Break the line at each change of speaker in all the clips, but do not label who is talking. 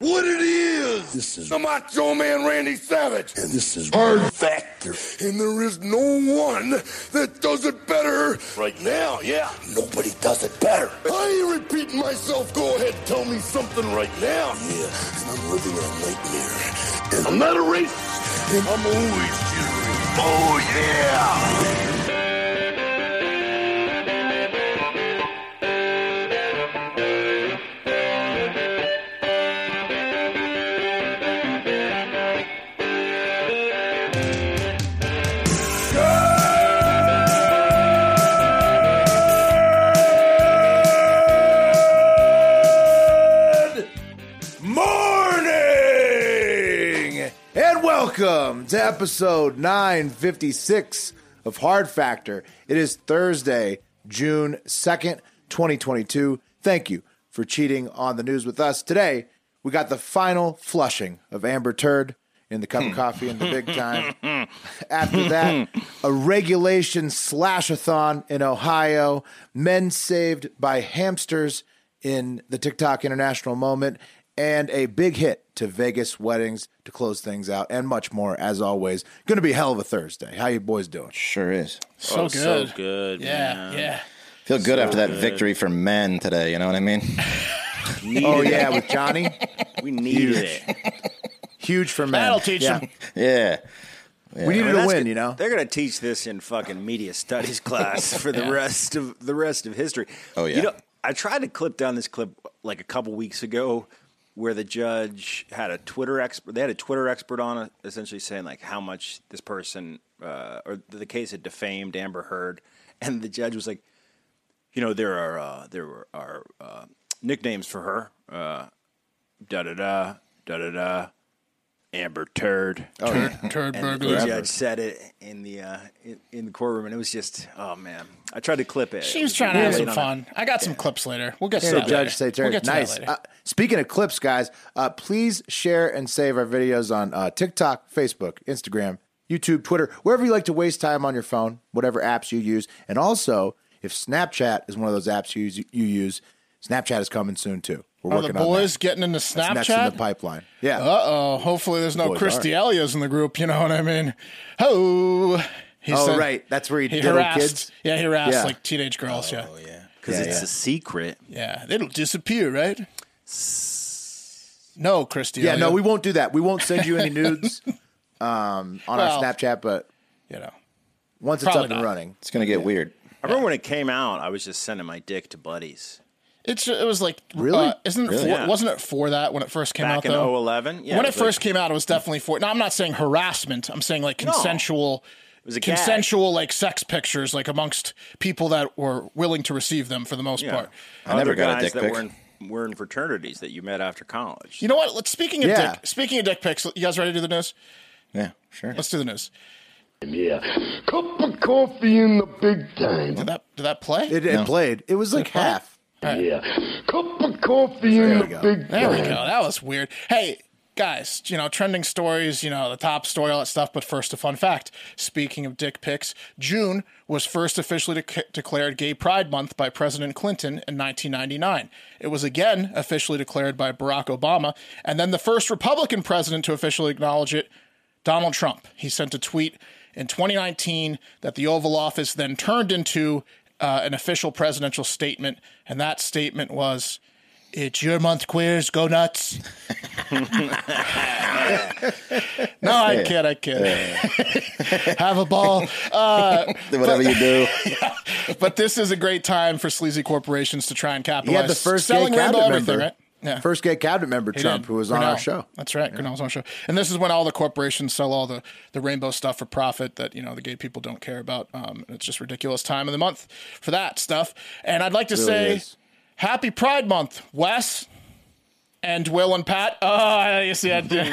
what it is.
This is-
the Macho Man Randy Savage.
And this is
Hard
factor.
And there is no one that does it better right now. Yeah.
Nobody does it better.
I ain't repeating myself. Go ahead, tell me something right now.
Yeah, and I'm living a nightmare.
And I'm not a racist. And I'm always cheering. Oh, yeah.
morning and welcome to episode 956 of hard factor it is thursday june 2nd 2022 thank you for cheating on the news with us today we got the final flushing of amber turd in the cup of coffee in the big time after that a regulation slash-a-thon in ohio men saved by hamsters in the TikTok international moment, and a big hit to Vegas weddings to close things out, and much more. As always, going to be hell of a Thursday. How you boys doing?
Sure is.
Oh,
So
Oh, So
good.
good.
Yeah, yeah.
Feel good after that victory for men today. You know what I mean?
Oh yeah, with Johnny,
We needed it.
huge for men.
That'll teach
Yeah.
him.
yeah.
We needed a
That's
win,
go-
you know.
They're going to teach this in fucking media studies class for the rest of the rest of history.
Oh, yeah.
You know, I tried to clip down this clip like a couple weeks ago where the judge had a Twitter expert. They had a Twitter expert on it, essentially saying like how much this person uh, or the case had defamed Amber Heard, and the judge was like, you know, there are uh, there were- are uh, nicknames for her. Uh, da da da da da da. Amber Turd
Oh,
Turd
and
burglar.
The judge said it in the uh, in, in the courtroom, and it was just oh man. I tried to clip it.
She was trying to have some fun. I got some clips later. We'll get to
Hear
that
the judge
later.
say
We'll
Terry.
get to that
nice.
later.
Uh, speaking of clips, guys, uh, please share and save our videos on uh, TikTok, Facebook, Instagram, YouTube, Twitter, wherever you like to waste time on your phone, whatever apps you use. And also, if Snapchat is one of those apps you use, you use Snapchat is coming soon too. We're
Are the
working
boys getting into
on that. It's next in the
Snapchat?
pipeline. Yeah.
Uh oh. Hopefully, there's no
boys
Chris
are.
D'Elia's in the group. You know what I mean? Ho. He
oh,
said-
right. That's where he,
He
diddled
harassed.
kids.
Yeah, he harassed
Yeah.
like teenage girls. yeah.
Oh,
yeah.
because it's a secret.
It'll disappear, right? No, Chris D'Elia.
Yeah, no, we won't do that. We won't send you any nudes um, on
Well,
our Snapchat, but
You know.
once it's
probably
up and
not.
running,
It's gonna get weird.
I remember when it came out, I was just sending my dick to buddies
It's it was like
Really?
uh, isn't it
Really?
for,
Yeah.
wasn't it for that when it first came out
back in
though
011. Yeah,
when it
was
first
like-
came out, it was definitely for. Now I'm not saying harassment. I'm saying like consensual,
was a gag.
consensual like sex pictures, like amongst people that were willing to receive them for the most part.
I never
Other
got
guys
a dick
that
pic.
Were in, were in fraternities that you met after college.
You know what? Let's speaking of
Yeah.
dick. Speaking of dick pics, you guys ready to do the news?
Yeah, sure.
Let's do the news.
Yeah. Cup of coffee in the big time.
Did that did that play?
it, it played. It was like
play?
half.
Yeah. Cup of coffee in the
we go.
big
there we go.
time.
That was weird. Hey. Guys, you know, trending stories, you know, the top story, all that stuff. But first, a fun fact. Speaking of dick pics, June was first officially dec declared Gay Pride Month by President Clinton in 1999. It was again officially declared by Barack Obama, and then the first Republican president to officially acknowledge it, Donald Trump. He sent a tweet in 2019 that the Oval Office then turned into uh, an official presidential statement, and that statement was. It's your month, queers. Go nuts. no, I kid. I kid. Have a ball. Uh,
Whatever you do.
But this is a great time for sleazy corporations to try and
He
capitalize.
had the first
selling
gay
Randall
cabinet
everything,
member.
right? Yeah.
First gay cabinet member
He
Trump,
did.
who was on our
Grinnell.
show.
That's right. Grinnell's on our show. And this is when all the corporations sell all the, the rainbow stuff for profit that, you know, the gay people don't care about. Um, and it's just ridiculous time of the month for that stuff. And I'd like to say
is.
happy Pride Month, Wes and Will and Pat. Oh, you see, I did.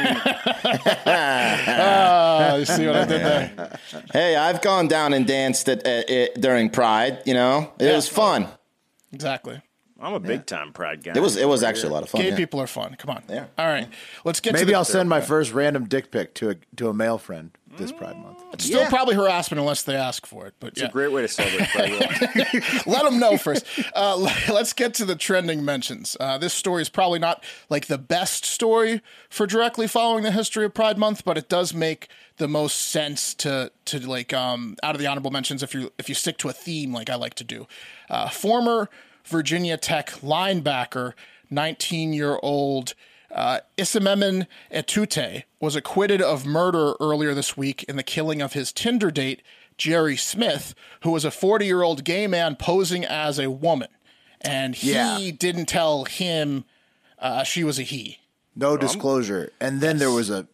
oh, you see what I did there?
hey, I've gone down and danced at, at, at- during Pride. You know, it
Yeah.
was fun.
Exactly.
I'm a big time pride guy.
It was it was actually a lot of fun.
Gay
yeah.
people are fun. Come on.
Yeah.
All right. Let's get to
Maybe
the-
I'll send my first random dick pic to a to a male friend. this Pride Month.
It's still probably harassment unless they ask for it. But
It's
yeah.
a great way to celebrate Pride Month.
Let them know first. Uh, l- let's get to the trending mentions. Uh, this story is probably not like the best story for directly following the history of Pride Month, but it does make the most sense to to like um, out of the honorable mentions if you if you stick to a theme like I like to do. Uh, former Virginia Tech linebacker, 19 year old. Uh, Isimemen Etute was acquitted of murder earlier this week in the killing of his Tinder date Jerry Smith, who was a 40 year old gay man posing as a woman. And he
Yeah.
didn't tell him uh, she was a he.
No disclosure. And then there was a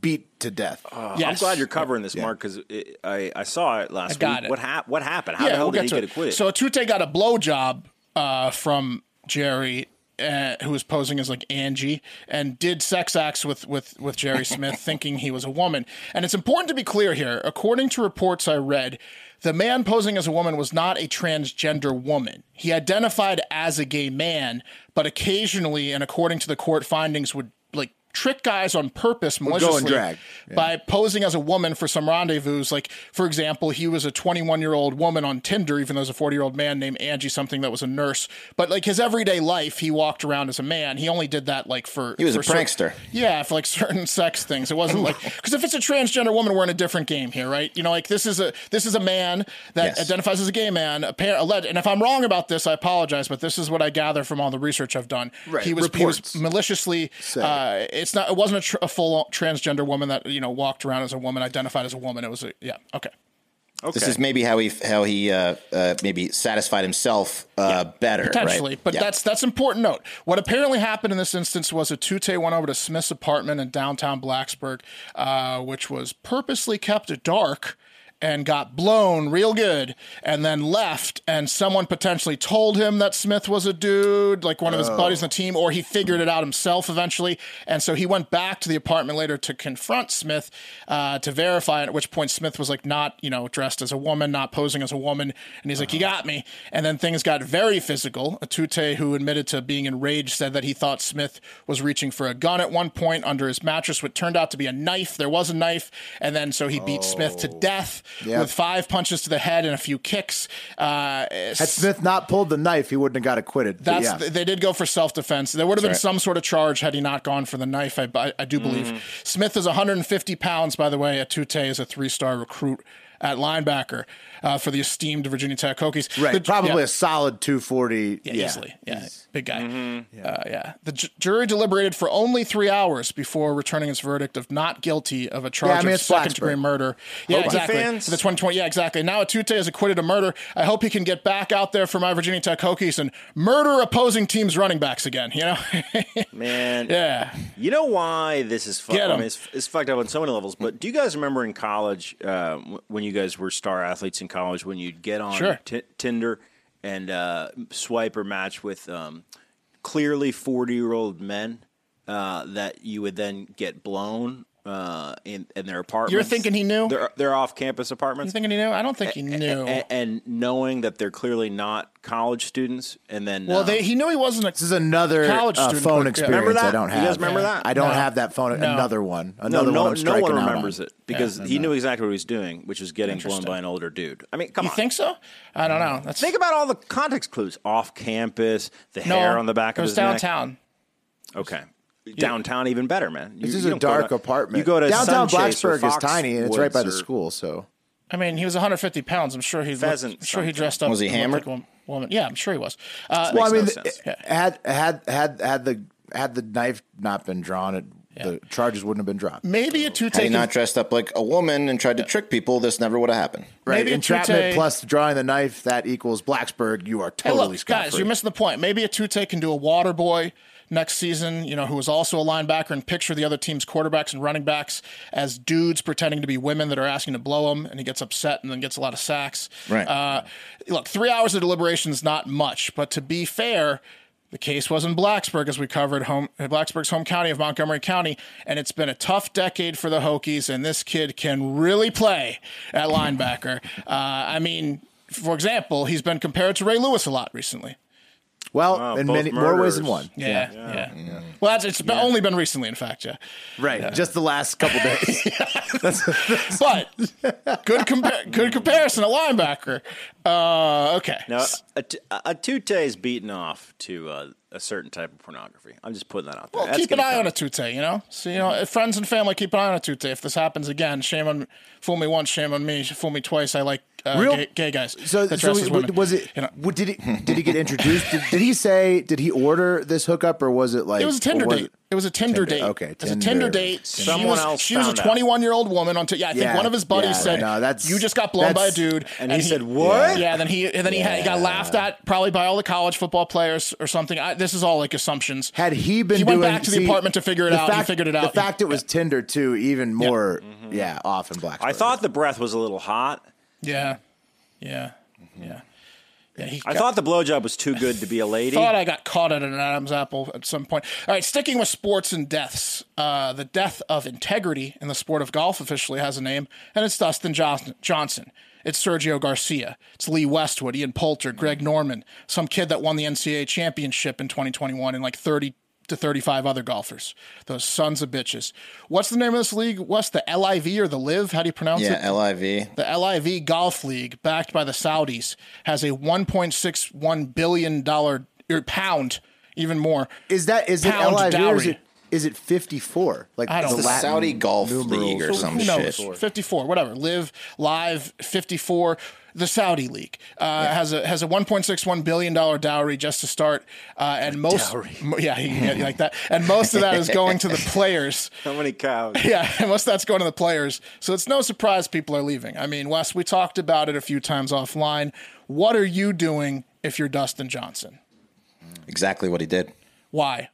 beat to death.
Yes.
Uh, I'm glad you're covering this, Mark, because I, I saw it last
I got
week.
it.
What, hap- what happened? How
yeah,
the hell
we'll
did
get
he
to
get
it.
acquitted?
So Tute got a blowjob uh, from Jerry, uh, who was posing as like Angie, and did sex acts with with with Jerry Smith, thinking he was a woman. And it's important to be clear here. According to reports I read, the man posing as a woman was not a transgender woman. He identified as a gay man, but occasionally, and according to the court findings, would like trick guys on purpose
in
maliciously
drag.
by posing as a woman for some rendezvous. Like, for example, he was a 21 year old woman on Tinder, even though there's a 40 year old man named Angie something that was a nurse. But like his everyday life, he walked around as a man. He only did that like for
He was a
for cer-
prankster.
yeah, for like certain sex things. It wasn't like because if it's a transgender woman, we're in a different game here, right? You know, like this is a this is a man that
Yes.
identifies as a gay man. Apparent, alleged, and if I'm wrong about this, I apologize, but this is what I gather from all the research I've done.
Right,
He was
reports.
he was maliciously. Uh, it's not. It wasn't a, tr- a full transgender woman that you know walked around as a woman, identified as a woman. It was a yeah. Okay.
okay.
This is maybe how he how he uh, uh, maybe satisfied himself uh, better,
potentially.
right?
But
Yeah.
that's that's important note. What apparently happened in this instance was a Tute went over to Smith's apartment in downtown Blacksburg, uh, which was purposely kept dark. And got blown real good, and then left. And someone potentially told him that Smith was a dude, like one of his
Oh.
buddies on the team, or he figured it out himself eventually. And so he went back to the apartment later to confront Smith uh, to verify. At which point Smith was like not you know dressed as a woman, not posing as a woman, and he's like, "You got me." And then things got very physical. Atute, who admitted to being enraged, said that he thought Smith was reaching for a gun at one point under his mattress, what turned out to be a knife. There was a knife, and then so he beat Smith to death
Yep.
with five punches to the head and a few kicks. Uh,
Had Smith not pulled the knife, he wouldn't have got acquitted. But
that's
yeah.
they did go for self defense. There would have been some sort of charge had he not gone for the knife. I, I, I do believe
Mm.
Smith is 150 pounds. By the way, Atute is a three star recruit at linebacker uh, for the esteemed Virginia Tech Hokies.
right.
The-
Probably
yeah.
a solid 240.
Yeah, easily. Yeah, big guy. Yeah. Uh, yeah. The j- jury deliberated for only three hours before returning its verdict of not guilty of a charge
Yeah, I mean,
of
it's
second
Blacksburg.
degree murder. Yeah, exactly.
fans.
So the 2020. Yeah, exactly. Now Atute is acquitted of murder. I hope he can get back out there for my Virginia Tech Hokies and murder opposing teams' running backs again. You know.
Man,
yeah.
You know why this is fucked
Get 'em.
I mean, it's, it's fucked up on so many levels, but do you guys remember in college uh, w- when you guys were star athletes in college when you'd get on
Sure.
Ti- Tinder and uh, swipe or match with um, clearly 40 year old men uh, that you would then get blown uh, in, in their apartments?
thinking he knew?
They're, off campus
You
apartments.
think he knew? I don't think he
Eh,
knew.
and, and knowing that they're clearly not college students, and then
well,
um,
they, he knew he wasn't a
This is another
College
uh,
student
phone
clip, yeah. Remember
experience I
that?
don't
You
have.
guys remember that?
I don't
No.
have that phone.
No.
Another one.
No,
Another one.
no,
I'm
no one
striking out
remembers
on.
it because he knew exactly what he was doing, which was getting blown
Interesting.
by an older dude. I mean, come
You
on.
think so? I don't know. That's
Think about all the context clues off campus, the
no,
hair on the back
it
of
was
his
downtown.
neck. Okay. Downtown, even better, man. You,
This is
you
a
don't go
dark
to-
apartment.
You go to
downtown
Sunchase or
Blacksburg is
Foxwoods
tiny and it's right by the
or-
school. So
I mean, he was 150 pounds. I'm sure he
Pheasant
I'm sure he
something.
dressed up.
Was he
and looked Like
hammered?
a woman. Yeah, I'm sure he was. Uh,
well, I mean,
makes no
th-
sense.
had had had had the had the knife not been drawn, it, the charges wouldn't have been dropped.
maybe a two
Had he
take.
not dressed up like a woman and tried to trick people, this never would have happened.
Right,
Maybe a
entrapment
Tute-
plus drawing the knife that equals Blacksburg. You are
Hey,
totally
look, guys,
scot-free.
you're missing the point. Maybe a Tute can do a water boy next season, you know, who is also a linebacker, and picture the other team's quarterbacks and running backs as dudes pretending to be women that are asking to blow him, and he gets upset and then gets a lot of sacks.
Right.
Uh, look, three hours of deliberation is not much, but to be fair, the case was in Blacksburg, as we covered home Blacksburg's home county of Montgomery County, and it's been a tough decade for the Hokies. And this kid can really play at linebacker. Uh, I mean, for example, he's been compared to Ray Lewis a lot recently.
Well,
Wow,
in
Oh, both
many more ways than one.
murders.
Yeah, yeah. Well, that's, it's been only been recently, in fact. Yeah,
Right. Just the last couple days.
but good compa- good comparison. A linebacker. Uh, okay.
Now, Atute is beaten off to uh, a certain type of pornography. I'm just putting that out there.
Well,
That's
keep an
gonna
eye
come.
on Atute, you know? So, you know,
Mm-hmm.
if friends and family keep an eye on Atute. If this happens again, shame on fool me once, shame on me, fool me twice. I like uh,
Real-
gay, gay guys.
So,
that
so
dresses
w-
women.
was it?
You know,
what, did he did he get introduced? did, did he say? Did he order this hookup, or was it like
it was a Tinder
or was
date.
it-
It? was a Tinder, date.
okay,
it was a
Tinder.
Tinder date. she
Someone
was,
else
She was a
found out.
21 year old woman on. T- yeah, I think
Yeah,
one of his buddies
yeah,
said,
no, that's-
"You just got blown by a
that's-
dude,"
And he said, "What?"
Yeah, then he and then he, had, he got laughed at probably by all the college football players or something. I, this is all like assumptions.
Had he been,
He went
doing-
back to the
see,
apartment to figure it
the
out, and he figured it out.
The fact it was Tinder too, even more. Yeah, off in black.
I thought the breath was a little hot.
Yeah, yeah, yeah, yeah. He
I
got-
thought the blowjob was too good to be a lady.
thought I got caught at an Adam's apple at some point. All right, sticking with sports and deaths, uh, the death of integrity in the sport of golf officially has a name, and it's Dustin Johnson. Johnson. It's Sergio Garcia. It's Lee Westwood, Ian Poulter, Greg Norman, some kid that won the NCAA championship in 2021, and like 30 to 35 other golfers. Those sons of bitches. What's the name of this league? What's the LIV or the LIV? How do you pronounce it?
Yeah, LIV.
The LIV Golf League, backed by the Saudis, has a 1.61 billion dollar or pound, even more.
is that is it
Pound
LIV or is
dowry.
it is it fifty four? Like
I don't
the
know.
The
Latin
Saudi Golf
numerals.
League or some
who knows?
shit.
54, whatever. Live Live 54. The Saudi League uh, has a has a 1.61 billion dollar dowry just to start, uh, and most mo- yeah, you can get like that, and most of that is going to the players.
How many cows?
Yeah, unless that's going to the players. So it's no surprise people are leaving. I mean, Wes, we talked about it a few times offline. What are you doing if you're Dustin Johnson?
Exactly what he did.
Why?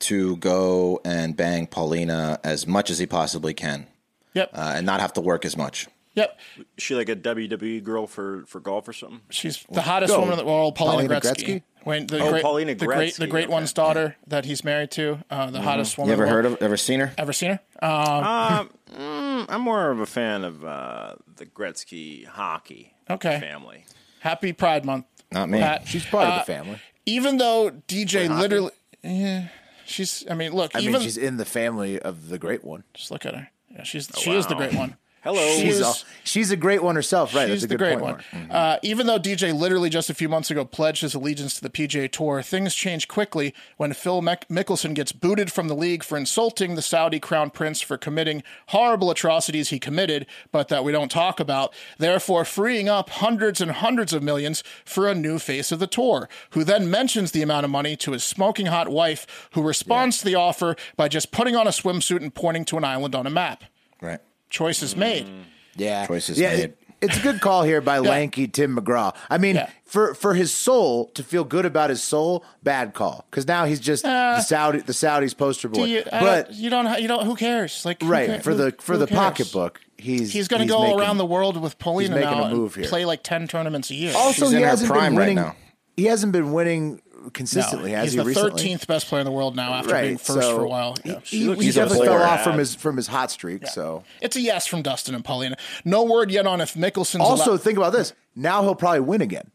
To go and bang Paulina as much as he possibly can
Yep.
uh, and not have to work as much.
yep.
Is she like a WWE girl for, for golf or something?
She's the hottest
Go.
woman in the world, Paulina,
Paulina
Gretzky.
Gretzky?
When the
Oh,
great,
Paulina
the great, the
Gretzky,
great
okay.
one's daughter that he's married to, uh, the hottest woman.
You ever
in the
heard
world.
of ever seen her?
Ever seen her? Uh,
Um, mm, I'm more of a fan of uh, the Gretzky hockey
Okay.
family.
happy Pride Month.
Not me.
Pat.
She's part of
Uh,
the family.
Even though DJ literally, yeah, she's. I mean, look,
I
even
mean, she's in the family of the great one.
just look at her. Yeah, she's she is the
wow.
great one.
Hello.
She
She's
is-
a, she's a great one herself, right?
She's
That's a
the
good
great
point, Mm-hmm.
one.
Mark.
Uh, even though DJ literally just a few months ago pledged his allegiance to the PGA Tour, things change quickly when Phil Mac- Mickelson gets booted from the league for insulting the Saudi crown prince for committing horrible atrocities he committed, but that we don't talk about, therefore freeing up hundreds and hundreds of millions for a new face of the tour, who then mentions the amount of money to his smoking hot wife, who responds to the offer by just putting on a swimsuit and pointing to an island on a map.
Right.
Choices made.
Mm. Yeah,
Choices
yeah,
made.
it- it's a good call here by lanky Tim McGraw. I mean,
Yeah.
for for his soul to feel good about his soul, bad call because now he's just the Saudi the Saudi's poster boy.
Uh, Do you, I
but
don't, you don't ha- you don't who cares like who ca-
right for
who-
the for
who
the
cares?
pocketbook, he's
he's going to go around the world with Paulina
making
now
a move
and
here.
play like 10 tournaments a year
Also,
She's
he
in her
hasn't
prime
been
right
winning.
now.
He hasn't been winning
No,
consistently, has
he's
he?
the
recently?
13th best player in the world now after
right?
being first
so e,
for a while Yeah.
he, he,
looks-
he
he's a
definitely fell
player.
off from his from his hot streak. So
it's a yes from Dustin and Paulina no word yet on if Mickelson's
also
allo-
think about this. Now he'll probably win again.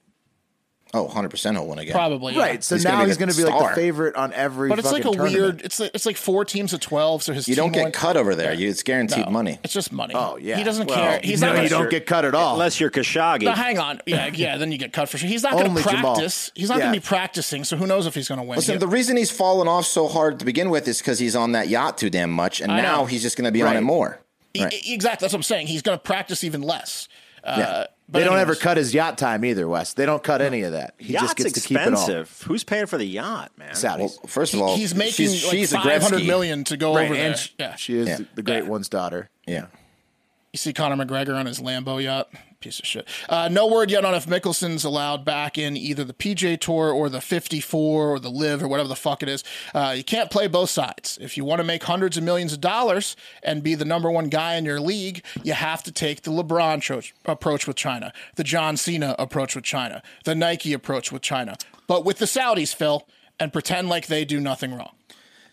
Oh, 100% he'll win again.
probably yeah.
Right. So
He's
now
gonna be
he's
the
going to be like the
star.
favorite on every.
but it's like a
fucking tournament.
weird it's like, it's like four teams of 12 so his
You don't
team
get
won-
cut over there. You, it's guaranteed
No,
money.
it's just money
Oh, yeah.
he doesn't
Well,
care he's
no,
not
you
gonna-
don't get cut at all.
Unless you're Khashoggi.
Now, hang on. Yeah, yeah, then you get cut for sure. He's not going to
Only Jamal.
practice. He's not going
Yeah.
to be practicing, so who knows if he's going to win.
Listen,
He-
the reason he's fallen off so hard to begin with is because he's on that yacht too damn much, and
I
now
know.
he's just going to be on
Right.
it more.
E- e- Exactly. That's what I'm saying. He's going to practice even less. Uh,
Yeah.
but
they don't ever
anyways,
cut his yacht time either, Wes. They don't cut any of that. He
Yacht's
just gets
expensive.
to keep it all.
Who's paying for the yacht, man?
Well,
Saudis.
first of all,
He's making
she's,
like
she's a
500
Gretzky.
million to go over there.
and she,
yeah.
she is
Yeah.
the great one's daughter.
Yeah,
You see Conor McGregor on his Lambo yacht. Piece of shit. Uh, no word yet on if Mickelson's allowed back in either the PJ Tour or the 54 or the Live or whatever the fuck it is. Uh, you can't play both sides. If you want to make hundreds of millions of dollars and be the number one guy in your league, you have to take the LeBron tro- approach with China, the John Cena approach with China, the Nike approach with China, but with the Saudis, Phil, and pretend like they do nothing wrong.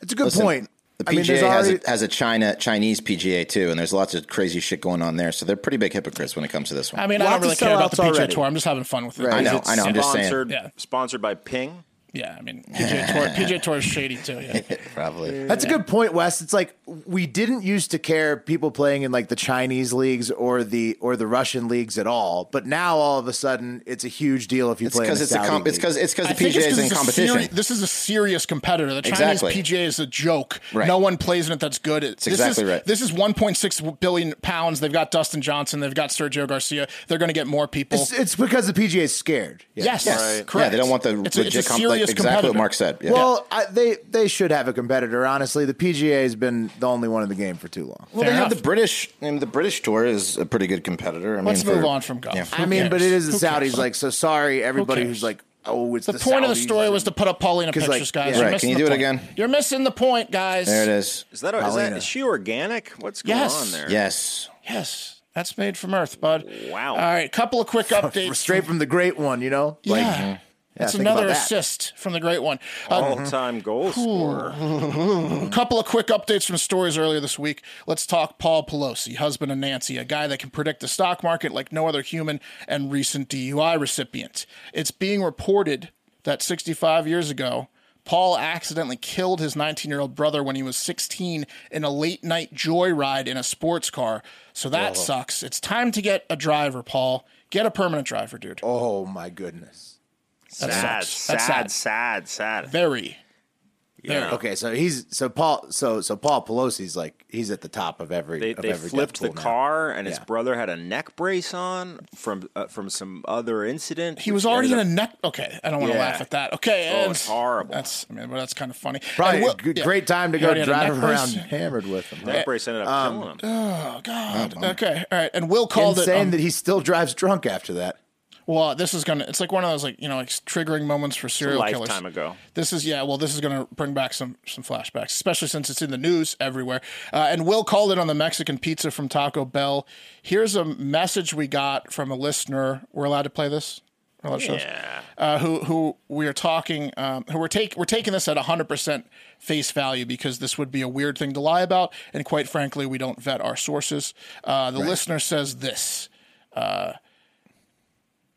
It's a good
Listen,
point.
The
I mean, there's
PGA has,
already-
a, has a China Chinese PGA too, and there's lots of crazy shit going on there. So they're pretty big hypocrites when it comes to this one.
I mean, I
Lots
don't
of
really care about the
sellouts
PGA
already.
Tour. I'm just having fun with it.
I
Is
know,
it
I know. I'm just saying.
sponsored-
Yeah.
Sponsored by Ping.
Yeah, I mean, PGA Tour, PGA Tour is shady too. Yeah.
Probably.
That's a good point, Wes. It's like we didn't used to care people playing in like the Chinese leagues or the or the Russian leagues at all, but now all of a sudden it's a huge deal if you
It's
play.
because
in
it's
the
a
Saudi
com- it's
league.
because it's because the
I think it's
PGA
'cause
is in
it's a
competition.
seri- this is a serious competitor. The Chinese
Exactly.
PGA is a joke.
Right.
No one plays in it that's good. It's
exactly
is,
right.
This is 1.6 billion pounds. They've got Dustin Johnson. They've got Sergio Garcia. They're going to get more people.
it's, it's because the PGA is scared. Yeah.
yes,
Right.
correct.
Yeah, they don't want the
It's a-
legit
it's a
comp- like,
serious
exactly what
competitor.
Mark said. Yeah.
Well, I, they they should have a competitor. Honestly, the PGA has been the only one in the game for too long.
Well, they
Fair
have the
enough.
British. I mean, the British tour is a pretty good competitor. I
Let's
mean,
move
for-
on from golf.
Yeah.
Who
I mean, but
cares?
it is the
Who cares?
Saudis. Like, so sorry everybody
cares?
who's like, oh, it's
the,
the,
point of the
Saudis
story was to put up Paulina
'Cause,
pictures,
like, yeah.
guys.
Right,
You're missing
can you
the
do it
point.
again?
You're missing the point, guys.
There it is.
Is that, a, is that
Paulina.
is she organic? What's going
Yes.
on there?
Yes.
Yes, that's made from Earth, bud.
Wow.
All right, couple of quick updates.
straight from the great one. You know,
yeah.
like
That's
think about
mm. another
that.
assist from the great one. Uh,
All-time goal scorer.
Um,
A couple of quick updates from stories earlier this week. Let's talk Paul Pelosi, husband of Nancy, a guy that can predict the stock market like no other human and recent DUI recipient. It's being reported that 65 years ago, Paul accidentally killed his 19 year old brother when he was 16 in a late night joyride in a sports car. So that sucks. It's time to get a driver, Paul. Get a permanent driver, dude.
oh my goodness.
Sad,
sucks. That's
sad, sad, sad.
Very.
Yeah.
Okay, so he's so Paul so so Paul Pelosi's like he's at the top of every
They,
of
they
every
flipped the
death pool now.
car, and his
Yeah.
brother had a neck brace on from uh, from some other incident.
He
which
was already in
ended
a neck. Okay, I don't want to
Yeah.
laugh at that. Okay,
Oh,
and-
it's horrible.
That's I mean, but that's kind of funny.
Probably
And
a
Will-
good,
yeah.
great time to
He
go
already had a
drive
neck
around
brace.
hammered with
Eh,
him.
up, neck brace ended up killing him.
Oh God. okay. All right. And Will called
Insane
it. um,
that he still drives drunk after that.
well, this is gonna. It's like one of those like you know like triggering moments for serial killers.
lifetime ago.
This is yeah. Well, this is gonna bring back some some flashbacks, especially since it's in the news everywhere. Uh, and Will called it on the Mexican pizza from Taco Bell. Here's a message we got from a listener. We're allowed to play this. We're allowed to show this?
Yeah.
uh, who who we are talking um, who we're take we're taking this at 100% face value because this would be a weird thing to lie about and quite frankly we don't vet our sources uh, the listener says this uh,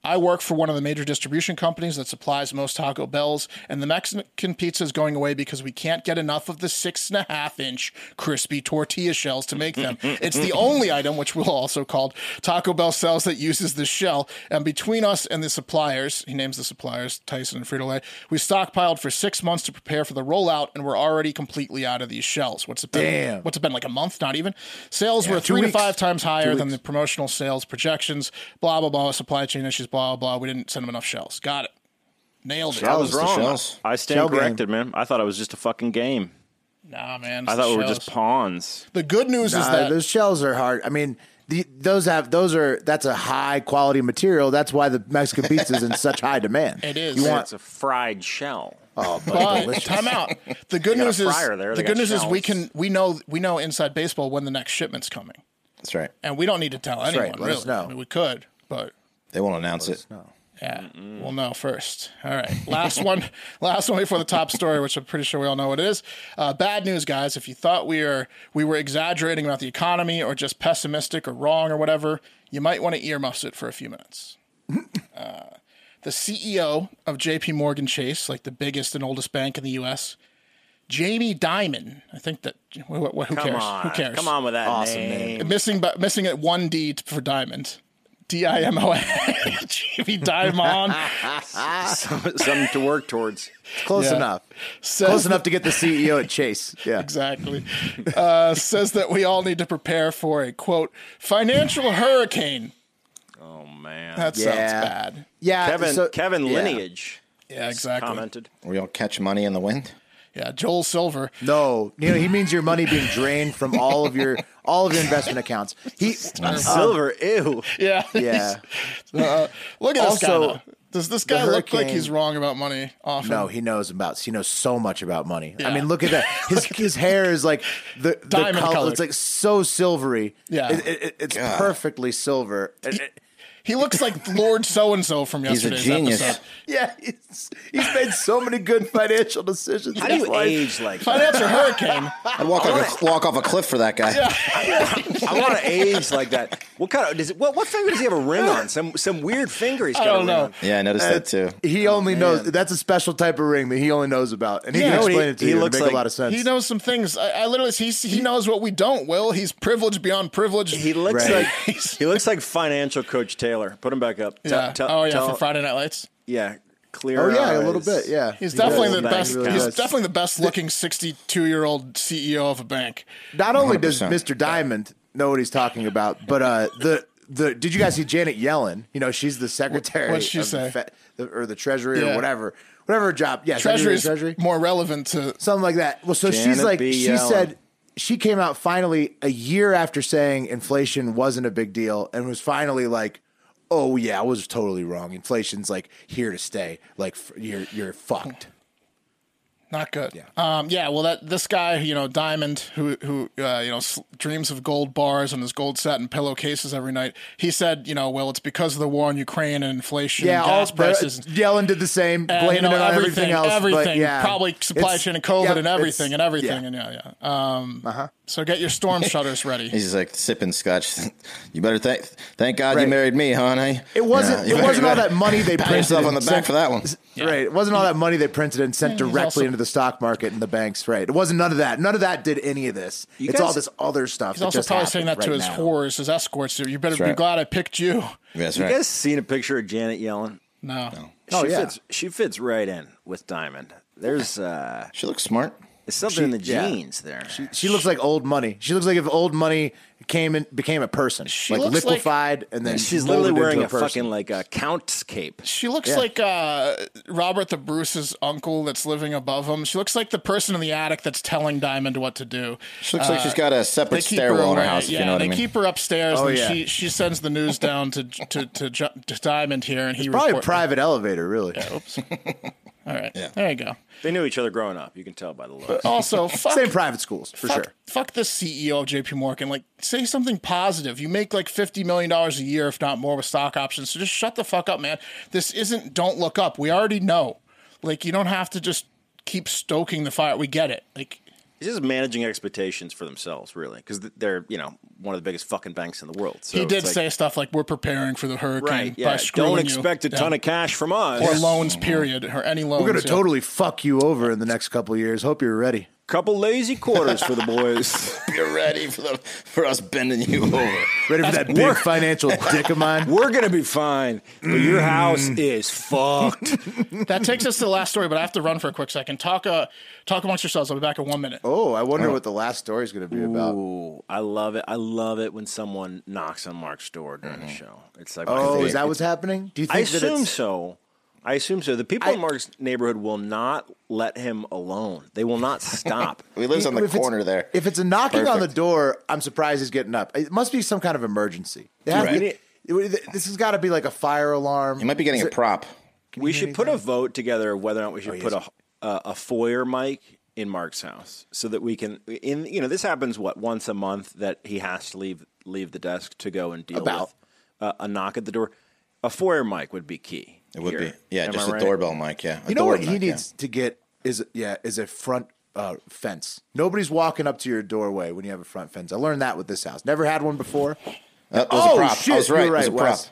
i work for one of the major distribution companies that supplies most taco bells and the mexican pizza is going away because we can't get enough of the six and a half inch crispy tortilla shells to make them it's the only item which we'll also called taco bell sells that uses the shell and between us and the suppliers he names the suppliers tyson and frito-lay we stockpiled for six months to prepare for the rollout and we're already completely out of these shells what's it been
Damn.
what's it been like a month not even sales were
two
three to
weeks.
five times higher than the promotional sales projections blah blah blah supply chain issues blah blah blah we didn't send them enough shells got it nailed it
I was
the
wrong.
shells.
I stand
Shell game.
corrected, man. I thought it was just a fucking game.
nah man it's
I
the
thought we were
shells.
just pawns.
the good news is
Uh,
that
those shells are hard. I mean, the, those have those are that's a high quality material. That's why the Mexican pizza is in such high demand.
it is
Yeah, it's a fried shell.
Oh, buddy,
But
delicious.
time out. The good
got a
news is
fryer there.
the
They
good
got
news is we
shells.
can we know we know inside baseball when the next shipment's coming,
That's right.
and we don't need to tell
right. Let
anyone. Really,
us know.
I mean, we could, but
They won't announce it.
yeah, we'll know first. All right, last one, last one before the top story, which I'm pretty sure we all know what it is. Uh, bad news, guys. If you thought we are we were exaggerating about the economy or just pessimistic or wrong or whatever, you might want to earmuffs it for a few minutes. Uh, the CEO of JP Morgan Chase, like the biggest and oldest bank in the US, Jamie Dimon. I think that wh- wh- who
Come
cares?
on.
Who cares?
Come on with that
Awesome
name.
Missing but missing at 1D for Diamond. D I M O N. Jamie Dimon.
Some- Something to work towards.
Close
Yeah.
enough.
says-
Close enough to get the CEO at Chase. Yeah.
Exactly. Uh, says that we all need to prepare for a quote financial hurricane.
Oh, man.
That sounds
Yeah.
bad.
Yeah.
Kevin,
so-
Kevin
yeah.
Lineage
Yeah, Uh, exactly.
commented.
We all catch money in the wind.
Yeah, Joel Silver.
No, you know he means your money being drained from all of your all of your investment accounts. He
Uh, Silver, ew.
Yeah.
Yeah.
Uh, look at this guy.
Also,
though. Does this guy
the
look like
hurricane-
he's wrong about money often?
No, he knows about. He knows so much about money.
Yeah.
I mean, look at that. His his hair is like the, the
Diamond
color.
colored.
It's like so silvery.
Yeah.
it, it- it's perfectly silver. And it-
He looks like Lord So and So from
He's a
yesterday's
genius.
episode.
Yeah, he's, he's made so many good financial decisions.
How
in
do
his
you
life.
age like that?
Financial hurricane.
I'd walk, like a, walk off a cliff for that guy.
I want to age like that. What kind of does it, what, what finger does he have a ring on? Some some weird finger he's got.
I
a
don't
ring
know.
on.
Yeah, I noticed that too.
He only knows that's a special type of ring that he only knows about, and he
Oh, Yeah.
can
You know what
explain
he-
it to
he
you. It
looks
make
like-
a lot of sense.
He knows some things. I, I literally, he, he knows what we don't. Will he's privileged beyond privilege.
He looks
Right.
like he looks like financial coach Taylor. Put him back up. Tell-
yeah.
tell-
oh yeah,
tell-
for Friday Night Lights.
Yeah, clear.
oh yeah, a
eyes.
little bit. Yeah,
He's
He
definitely
does.
the
Nice
best.
guy.
he's
does.
definitely the best looking sixty-two-year-old CEO of a bank.
Not only does
100%.
Mr. Diamond know what he's talking about, but uh, the the did you guys see Janet Yellen? You know, she's the secretary
What'd she
of the
say?
Fe- the, or the treasury
Yeah.
or whatever, whatever her job. Yeah, secretary,
Treasury is
treasury,
more relevant to.
something like that. Well, so
Janet
she's like
B.
she
Yellen.
said she came out finally a year after saying inflation wasn't a big deal and was finally like. Oh yeah, I was totally wrong. Inflation's like here to stay. Like f- you're you're fucked.
Not good. Yeah. Um, yeah. Well, that this guy, you know, Diamond, who who uh, you know s- dreams of gold bars and his gold satin pillowcases every night. He said, you know, well, it's because of the war in Ukraine and inflation,
Yeah,
and
all
gas
prices.
prices.
Yellen did the same,
and,
blaming
you know,
it on everything, else. but
Everything,
yeah,
probably supply
It's-
chain and COVID
yeah,
and
it's-
everything and everything.
yeah. Uh-huh.
And yeah, yeah. Um, So get your storm shutters ready.
He's just like sipping scotch. you better thank thank God
Right.
you married me, huh? honey.
It wasn't.
Yeah,
it
you better-
wasn't
you
all
better
that money they
pat
printed
yourself on the
and
back
sent-
for that one.
Right. It wasn't all that money they printed and sent
Yeah, he's
directly
also-
into the stock market and the banks. Right. It wasn't none of that. None of that did any of this.
You
it's
guys-
all this other stuff.
He's also probably saying that to his whores, his escorts. You better be
right.
glad I picked you.
That's
You
right.
guys seen a picture of Janet Yellen?
No.
Oh,
she
yeah.
fits, she fits right in with Diamond. There's uh,
She looks smart.
there's something in the
yeah.
genes there.
She looks like old money. She looks like if old money came and became a person, like
looks like-
liquefied, and then
She's
molded
literally
into
wearing a,
person.
fucking like a count's cape.
She looks like uh, Robert the Bruce's uncle that's living above him. She looks like the person in the attic that's telling Diamond what to do.
She looks like she's got a separate
keep her
stairwell in her
away.
house. If
Yeah,
you know what
they
I mean.
keep her upstairs, and
Oh, yeah.
she she sends the news down to to to, Ju- to Diamond here, and he
Probably a
report-
private elevator, really.
Oops. All right, there you go.
They knew each other growing up. You can tell by the looks.
Also, fuck,
Same private schools for
fuck,
sure.
fuck the CEO of JP Morgan. Like, say something positive. You make like $50 million a year, if not more, with stock options. So just shut the fuck up, man. This isn't Don't Look Up. We already know. Like, you don't have to just keep stoking the fire. We get it. Like,
He's just managing expectations for themselves, really, because they're you know one of the biggest fucking banks in the world. So
he
it's
did
like-
say stuff like, we're preparing for the hurricane
right?
by
Yeah,
screwing
don't
you.
expect a ton
Yeah.
of cash from us.
Or loans, period, or any loans.
We're gonna
yeah.
totally fuck you over in the next couple of years. Hope you're ready.
Couple lazy quarters for the boys.
You're ready for the for us bending you over.
Ready for that big financial dick of mine?
We're gonna be fine, but your house
Mm.
is fucked.
That takes us to the last story, but I have to run for a quick second. Talk, uh, talk amongst yourselves. I'll be back in one minute.
Oh, I wonder what the last story is going to be about.
Ooh, I love it. I love it when someone knocks on Mark's door during the show. It's like,
Mm-hmm. Oh,
I
is that what's happening? Do you think that
assume
it's
so. I assume so. The people in Mark's neighborhood will not let him alone. They will not stop.
He lives on
If
the
it's-
corner there.
If it's a knocking on the
Perfect.
door, I'm surprised he's getting up. It must be some kind of emergency. It has to
Right.
be- this has got to be like a fire alarm.
He might be getting a prop.
we should put a vote together of whether or not
Oh,
we should put a, a a foyer mic in Mark's house so that we can in you know this happens what once a month that he has to leave leave the desk to go and deal
About.
with uh, a knock at the door. A foyer mic would be key.
It would
here.
be. Yeah,
Am
just
I
a
right?
doorbell mic. Yeah. A
You know
door
what he
mic, yeah.
needs to get is yeah is a front uh, fence. Nobody's walking up to your doorway when you have a front fence. I learned that with this house. Never had one before.
Uh, there's a
Oh,
prop.
shit,
I was
you're
right. There's a
right,
prop.
Wes.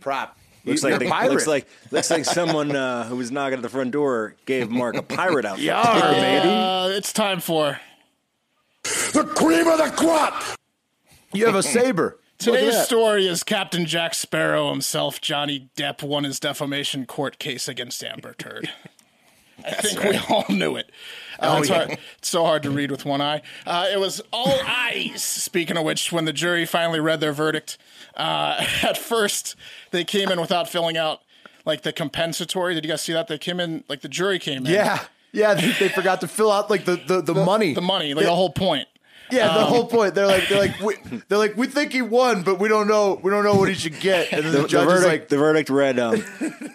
Prop
Looks
You-
like,
you're
they,
a pirate.
looks like looks like someone uh, who was knocking at the front door gave Mark a pirate outfit.
Yar, baby.
Uh, it's time for
The cream of the crop!
You have a saber. Look at
Today's
that.
story is Captain Jack Sparrow himself, Johnny Depp, won his defamation court case against Amber Turd. I think we all knew it. Uh, it's, hard, it's so hard to read with one eye. Uh, it was all eyes. Speaking of which, when the jury finally read their verdict, uh, at first they came in without filling out like the compensatory. Did you guys see that? They came in like the jury came in.
Yeah, yeah. They, they forgot to fill out like the the, the, money.
the money, like the whole point.
Yeah, the whole point. They're like, they're like, we, they're like, we think he won, but we don't know, we don't know what he should get. And then the,
The, the
judge
verdict,
is like,
the verdict read. Um,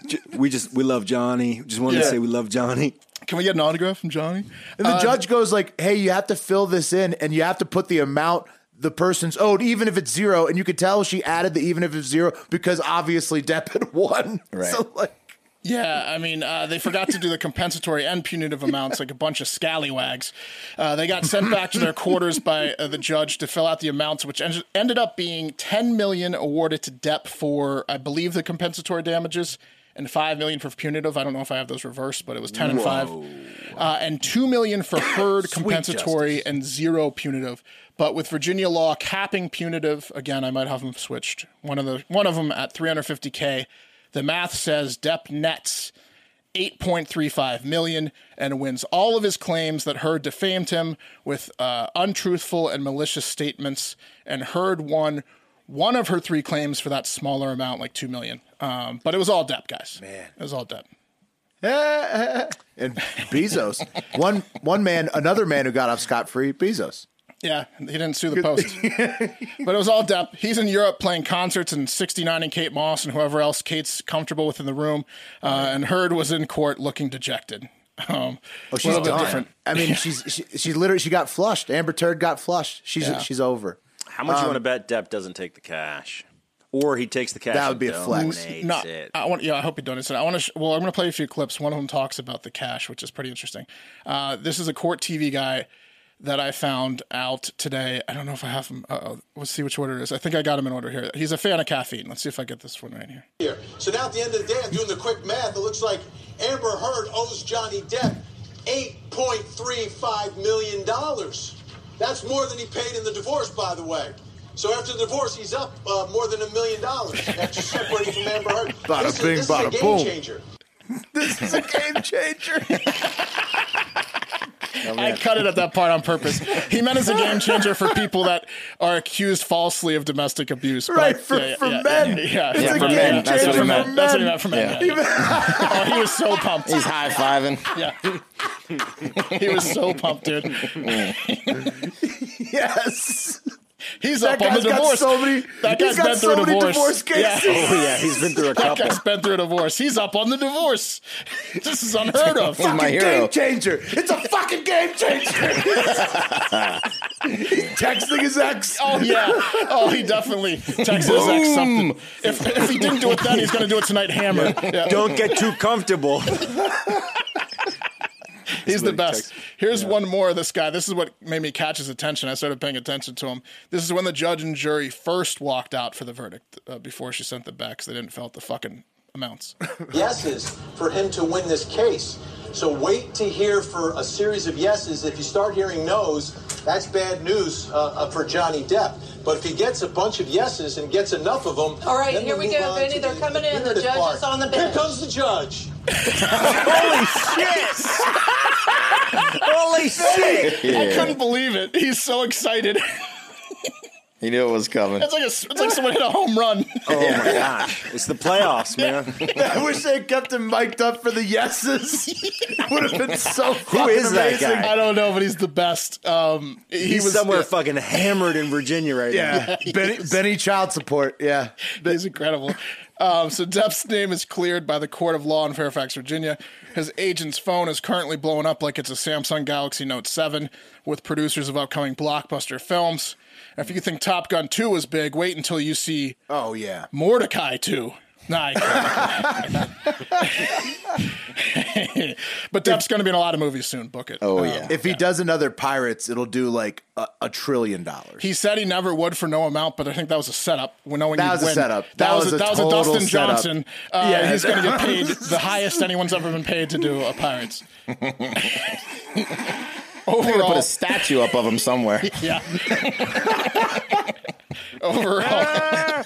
j- we just we love Johnny. Just wanted
Yeah.
to say we love Johnny.
Can we get an autograph from Johnny?
and the judge goes like, hey, you have to fill this in, and you have to put the amount the person's owed, even if it's zero. And you could tell she added the even if it's zero because obviously Depp won.
Right.
So like,
Yeah, I mean, uh, they forgot to do the compensatory and punitive amounts like a bunch of scallywags. Uh, they got sent back to their quarters by uh, the judge to fill out the amounts, which en- ended up being 10 million awarded to Depp for, I believe, the compensatory damages, and 5 million for punitive. I don't know if I have those reversed, but it was 10 and 5, uh, and 2 million for herd compensatory and zero punitive. But with Virginia law capping punitive again, I might have them switched. One of the one of them at 350k. The math says Depp nets 8.35 million and wins all of his claims that Heard defamed him with uh, untruthful and malicious statements, and Heard won one of her three claims for that smaller amount, like two million. Um, but it was all Depp, guys. Man, it was all Depp.
and Bezos, one one man, another man who got off scot free, Bezos.
Yeah, he didn't sue the post. but it was all Depp. He's in Europe playing concerts and 69 and Kate Moss and whoever else Kate's comfortable with in the room. Uh, and Heard was in court looking dejected. Um,
Oh, she's done. I mean, she's she, she literally she got flushed. Amber Turd got flushed. She's she's over.
How
Um,
much you want to bet Depp doesn't take the cash, or he takes the cash?
That would
and
be a flex.
donates
No,
it.
I want. Yeah, I hope he donates it. I want to. Sh- well, I'm going to play a few clips. One of them talks about the cash, which is pretty interesting. Uh, this is a court TV guy that I found out today. I don't know if I have him. Uh-oh. Let's see which order it is. I think I got him in order here. He's a fan of caffeine. Let's see if I get this one right here.
here. So now at the end of the day, I'm doing the quick math. It looks like Amber Heard owes Johnny Depp $8.35 million. That's more than he paid in the divorce, by the way. So after the divorce, he's up uh, more than a million dollars after separating from Amber Heard.
Bada
this is,
bing,
this
bada
is a game
boom.
changer.
It's a game changer.
I cut it at that part on purpose. He meant as a game changer for people that are accused falsely of domestic abuse. but-
Right, for- for men.
Yeah,
It's
yeah,
a
for
game
men.
changer
That's what he
for
meant. That's what
men.
he meant for men. yeah, yeah. oh, he was so pumped.
He's high fiving.
Yeah. he was so pumped, dude.
yes.
He's
That
up on the
guy's got
divorce.
so many.
that guy's
he's got
been
so
through a
many
divorce.
divorce
Yeah.
cases.
Oh yeah, he's been through a
That
couple.
guy's been through a divorce. He's up on the divorce. This is unheard of.
He's my hero.
Game changer. It's a fucking game changer. He's texting his ex.
Oh yeah. Oh, he definitely texted his ex something. If, if he didn't do it then, he's going to do it tonight. Hammer. Yeah.
Don't get too comfortable.
He's the best. Here's one more of this guy. This is what made me catch his attention. I started paying attention to him. This is when the judge and jury first walked out for the verdict uh, before she sent them back because they didn't fill out the fucking amounts.
yeses for him to win this case. So wait to hear for a series of yeses. If you start hearing nos, that's bad news uh, uh, for Johnny Depp. But if he gets a bunch of yeses and gets enough of them,
All right,
then
here
we'll
we
move
go,
on
Vinny.
to
They're coming in. The
punitive
judge
part.
is on the
Here
bench.
comes the judge.
Holy shit!
I couldn't believe it. He's so excited.
He knew it was coming.
It's like a, it's like someone hit a home run.
Oh my gosh, it's the playoffs, man.
I wish they had kept him mic'd up for the yeses. it would have been so
Who is
fucking
that
amazing.
guy?
I don't know, but he's the best. Um, he
He's
was
somewhere
yeah,
fucking hammered in Virginia right now.
Yeah. Benny, Benny Child Support. Yeah.
he's incredible. Um, so Depp's name is cleared by the court of law in Fairfax, Virginia. His agent's phone is currently blowing up like it's a Samsung Galaxy Note 7 with producers of upcoming blockbuster films. If you think Top Gun 2 was big, wait until you see
Oh, yeah.
Mordecai 2. Nah, I- but Depp's going to be in a lot of movies soon. Book it. Um,
Oh yeah.
If he does another Pirates, it'll do like a, a trillion dollars.
He said he never would for no amount, but I think that was a setup. When knowing
That
he'd
was a
win.
setup.
That, was a, that was a
total
Dustin
setup.
Johnson. Uh,
Yeah.
he's going to get paid the highest anyone's ever been paid to do a Pirates.
They put
overall,
a statue up of him somewhere.
yeah. overall,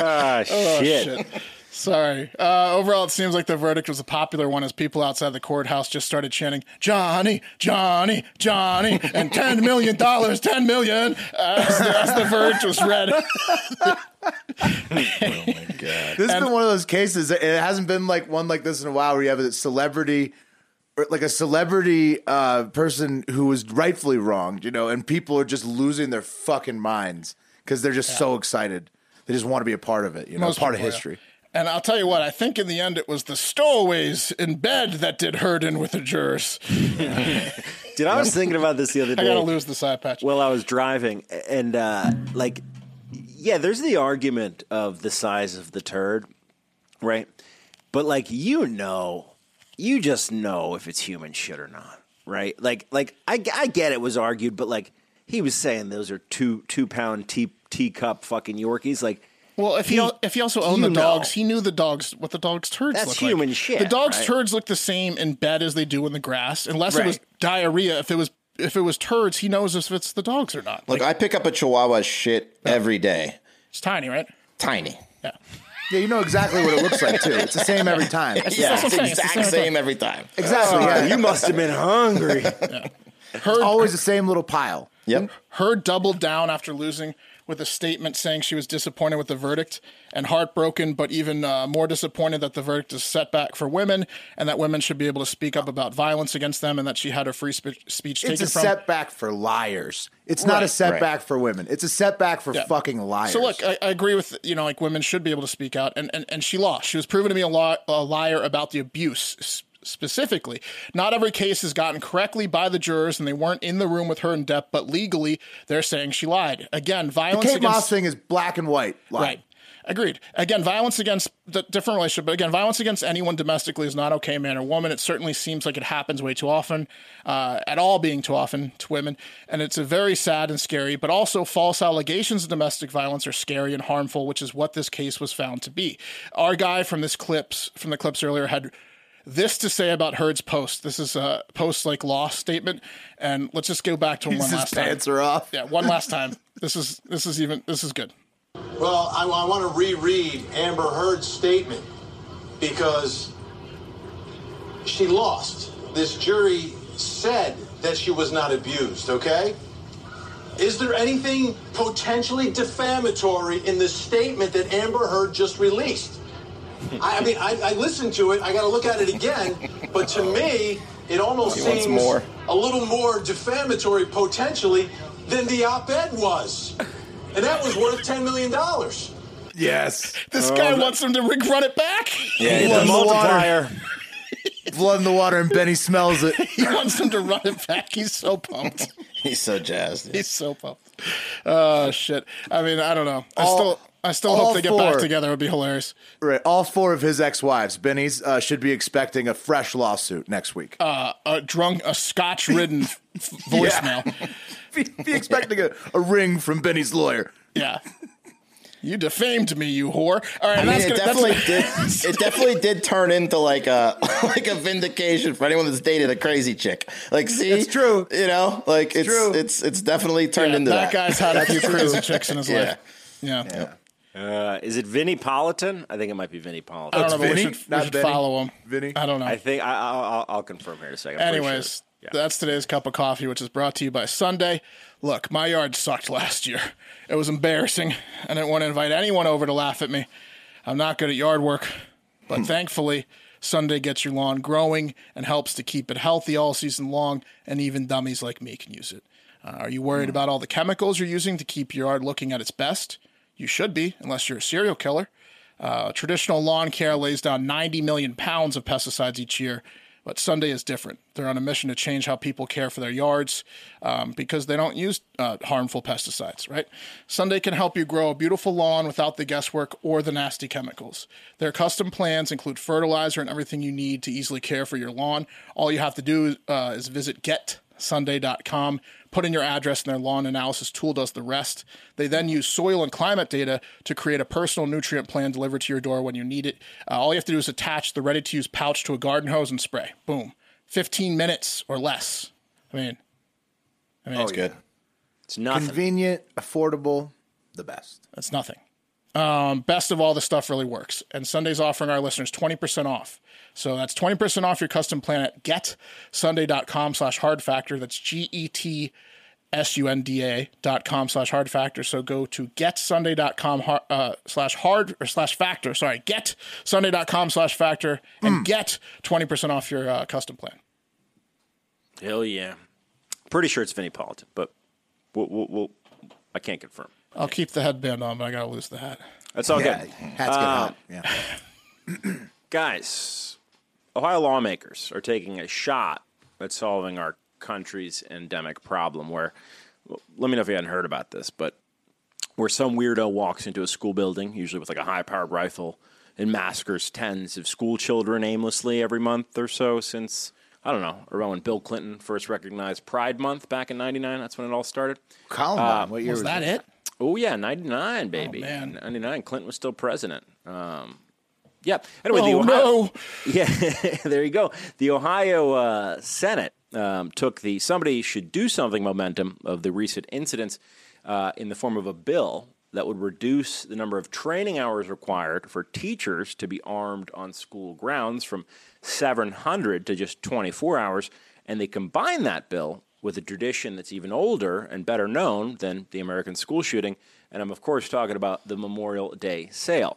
Oh,
Ah, shit.
sorry. Uh, overall, it seems like the verdict was a popular one as people outside the courthouse just started chanting "Johnny, Johnny, Johnny" and ten million dollars, ten million as the, as the verdict was read.
This has been one of those cases. that- It hasn't been like one like this in a while where you have a celebrity, or like a celebrity uh, person who was rightfully wronged, you know, and people are just losing their fucking minds because they're just so excited. They just want to be a part of it, you know,
Most
part of
people, yeah.
history.
And I'll tell you what, I think in the end it was the stowaways in bed that did Herden with the jurors.
Dude, I was thinking about this the other day.
I gotta lose this eye patch.
Well, I was driving, and uh, like, yeah, there's the argument of the size of the turd, right? But like, you know, you just know if it's human shit or not, right? Like, like I, I get it was argued, but like, he was saying those are two two pound tea teacup fucking Yorkies, like.
Well, if he, if he also owned
you
the dogs,
know.
he knew the dogs what the dogs' turds
That's
look
human
like.
shit,
The dogs'
right?
turds look the same in bed as they do in the grass, unless it was
Right.
diarrhea. If it was if it was turds, he knows if it's the dogs or not.
Look,
Like
I pick up a Chihuahua's shit every day.
it's tiny, right?
Tiny.
Yeah.
Yeah, you know exactly what it looks like too. It's the same every time.
Yeah,
that's
it's
what I'm saying. It's the
exact
same
same,
thing.
every time.
Exactly.
Oh,
Yeah.
you must have been hungry.
Her
Always the same little pile.
Yep.
her doubled down after losing with a statement saying she was disappointed with the verdict and heartbroken, but even uh, more disappointed that the verdict is set back for women and that women should be able to speak up about violence against them and that she had her free spe- speech
It's
taken
a
from.
setback for liars. It's not a
Right,
setback for women. It's a setback for fucking liars.
So look, uh, I, I agree with you know like women should be able to speak out, and and, and she lost. She was proven to be a, li- a liar about the abuse. s- Specifically, not every case is gotten correctly by the jurors, and they weren't in the room with her in depth. But legally, they're saying she lied. Again,
the
violence
Kate
against
Moss thing is black and white. Lie.
Right. Agreed. Again, violence against the different relationship, but again, violence against anyone domestically is not okay, man or woman. It certainly seems like it happens way too often, uh, at all being too often to women. And it's a very sad and scary, but also false allegations of domestic violence are scary and harmful, which is what this case was found to be. Our guy from this clips, from the clips earlier, had this to say about Heard's post. This is a post like loss statement. And let's just go back to him one
His
last time.
pants are off.
Yeah, one last time. This is, this is even, this is good.
Well, I, I want to reread Amber Heard's statement because she lost. This jury said that she was not abused, okay? Is there anything potentially defamatory in the statement that Amber Heard just released? I, I mean, I, I listened to it, I got to look at it again, but to me, it almost
He wants
seems
more.
a little more defamatory potentially than the op ed was. And that was worth $10 million.
Yes.
This guy wants him to re- run it back.
Oh, Yeah,
Blood in the water. Blood in the water, and Benny smells it.
he wants him to run it back. He's so pumped.
He's so jazzed.
He's so pumped. Oh shit. I mean, I don't know. I
All-
still, I still
all
hope they get back
four.
together. It would be hilarious.
Right. All four of his ex-wives, Benny's, uh, should be expecting a fresh lawsuit next week.
Uh. A drunk, a scotch-ridden f- voicemail.
be, be expecting a, a ring from Benny's lawyer.
Yeah. You defamed me, you whore. All right,
I mean,
that's
it
gonna,
definitely
that's,
did. It definitely did turn into like a like a vindication for anyone that's dated a crazy chick. Like, see,
It's true.
You know, like it's it's
true.
it's, definitely turned
yeah,
into
that
that.
guy's had a few crazy chicks in his
Yeah.
life. Yeah.
Uh, is it Vinny Politan? I think it might be Vinny Politan.
I don't know, but we
Vinny?
should, we
Not
should
Benny.
follow him.
Vinny?
I don't know.
I think I, I'll, I'll- I'll confirm here in a second. I'm pretty
Anyways,
sure. Yeah.
that's today's cup of coffee, which is brought to you by Sunday. Look, my yard sucked last year. It was embarrassing. I didn't want to invite anyone over to laugh at me. I'm not good at yard work,
Hmm.
but thankfully, Sunday gets your lawn growing and helps to keep it healthy all season long, and even dummies like me can use it. Uh, are you
Hmm.
worried about all the chemicals you're using to keep your yard looking at its best? You should be, unless you're a serial killer. Uh, traditional lawn care lays down 90 million pounds of pesticides each year, but Sunday is different. They're on a mission to change how people care for their yards um, because they don't use uh, harmful pesticides, right? Sunday can help you grow a beautiful lawn without the guesswork or the nasty chemicals. Their custom plans include fertilizer and everything you need to easily care for your lawn. All you have to do uh, is visit Get sunday.com put in your address and their lawn analysis tool does the rest they then use soil and climate data to create a personal nutrient plan delivered to your door when you need it Uh, all you have to do is attach the ready to use pouch to a garden hose and spray boom 15 minutes or less i mean i mean it's good
it's nothing.
Convenient, affordable, the best.
that's nothing um, best of all the stuff really works and sunday's offering our listeners 20% off so that's 20% off your custom plan at getsunday.com slash hard factor that's E g-e-t S-U-N-D-A dot com slash hard factor. So go to getsunday.com har- uh, slash hard or slash factor. Sorry, getsunday.com slash factor
Hmm.
and get 20% off your uh, custom plan.
Hell yeah. Pretty sure it's Vinny Politan, but we'll, we'll, we'll, I can't confirm.
I'll keep the headband on, but I got to lose the hat.
That's all
Yeah,
good.
hats
Uh,
get hot. Yeah.
Guys, Ohio lawmakers are taking a shot at solving our country's endemic problem where let me know if you hadn't heard about this, but where some weirdo walks into a school building, usually with like a high powered rifle, and massacres tens of school children aimlessly every month or so since, I don't know, around when Bill Clinton first recognized Pride Month back in 99. That's when it all started.
Columbine.
Uh,
what year
Was that it?
Oh, yeah, 99, baby.
man.
99. Clinton was still president. Um, yeah. Anyway, the
Oh,
Ohio-
no.
yeah, there you go. The Ohio uh, Senate um, took the somebody should do something momentum of the recent incidents uh, in the form of a bill that would reduce the number of training hours required for teachers to be armed on school grounds from 700 to just 24 hours. And they combine that bill with a tradition that's even older and better known than the American school shooting. And I'm, of course, talking about the Memorial Day sale.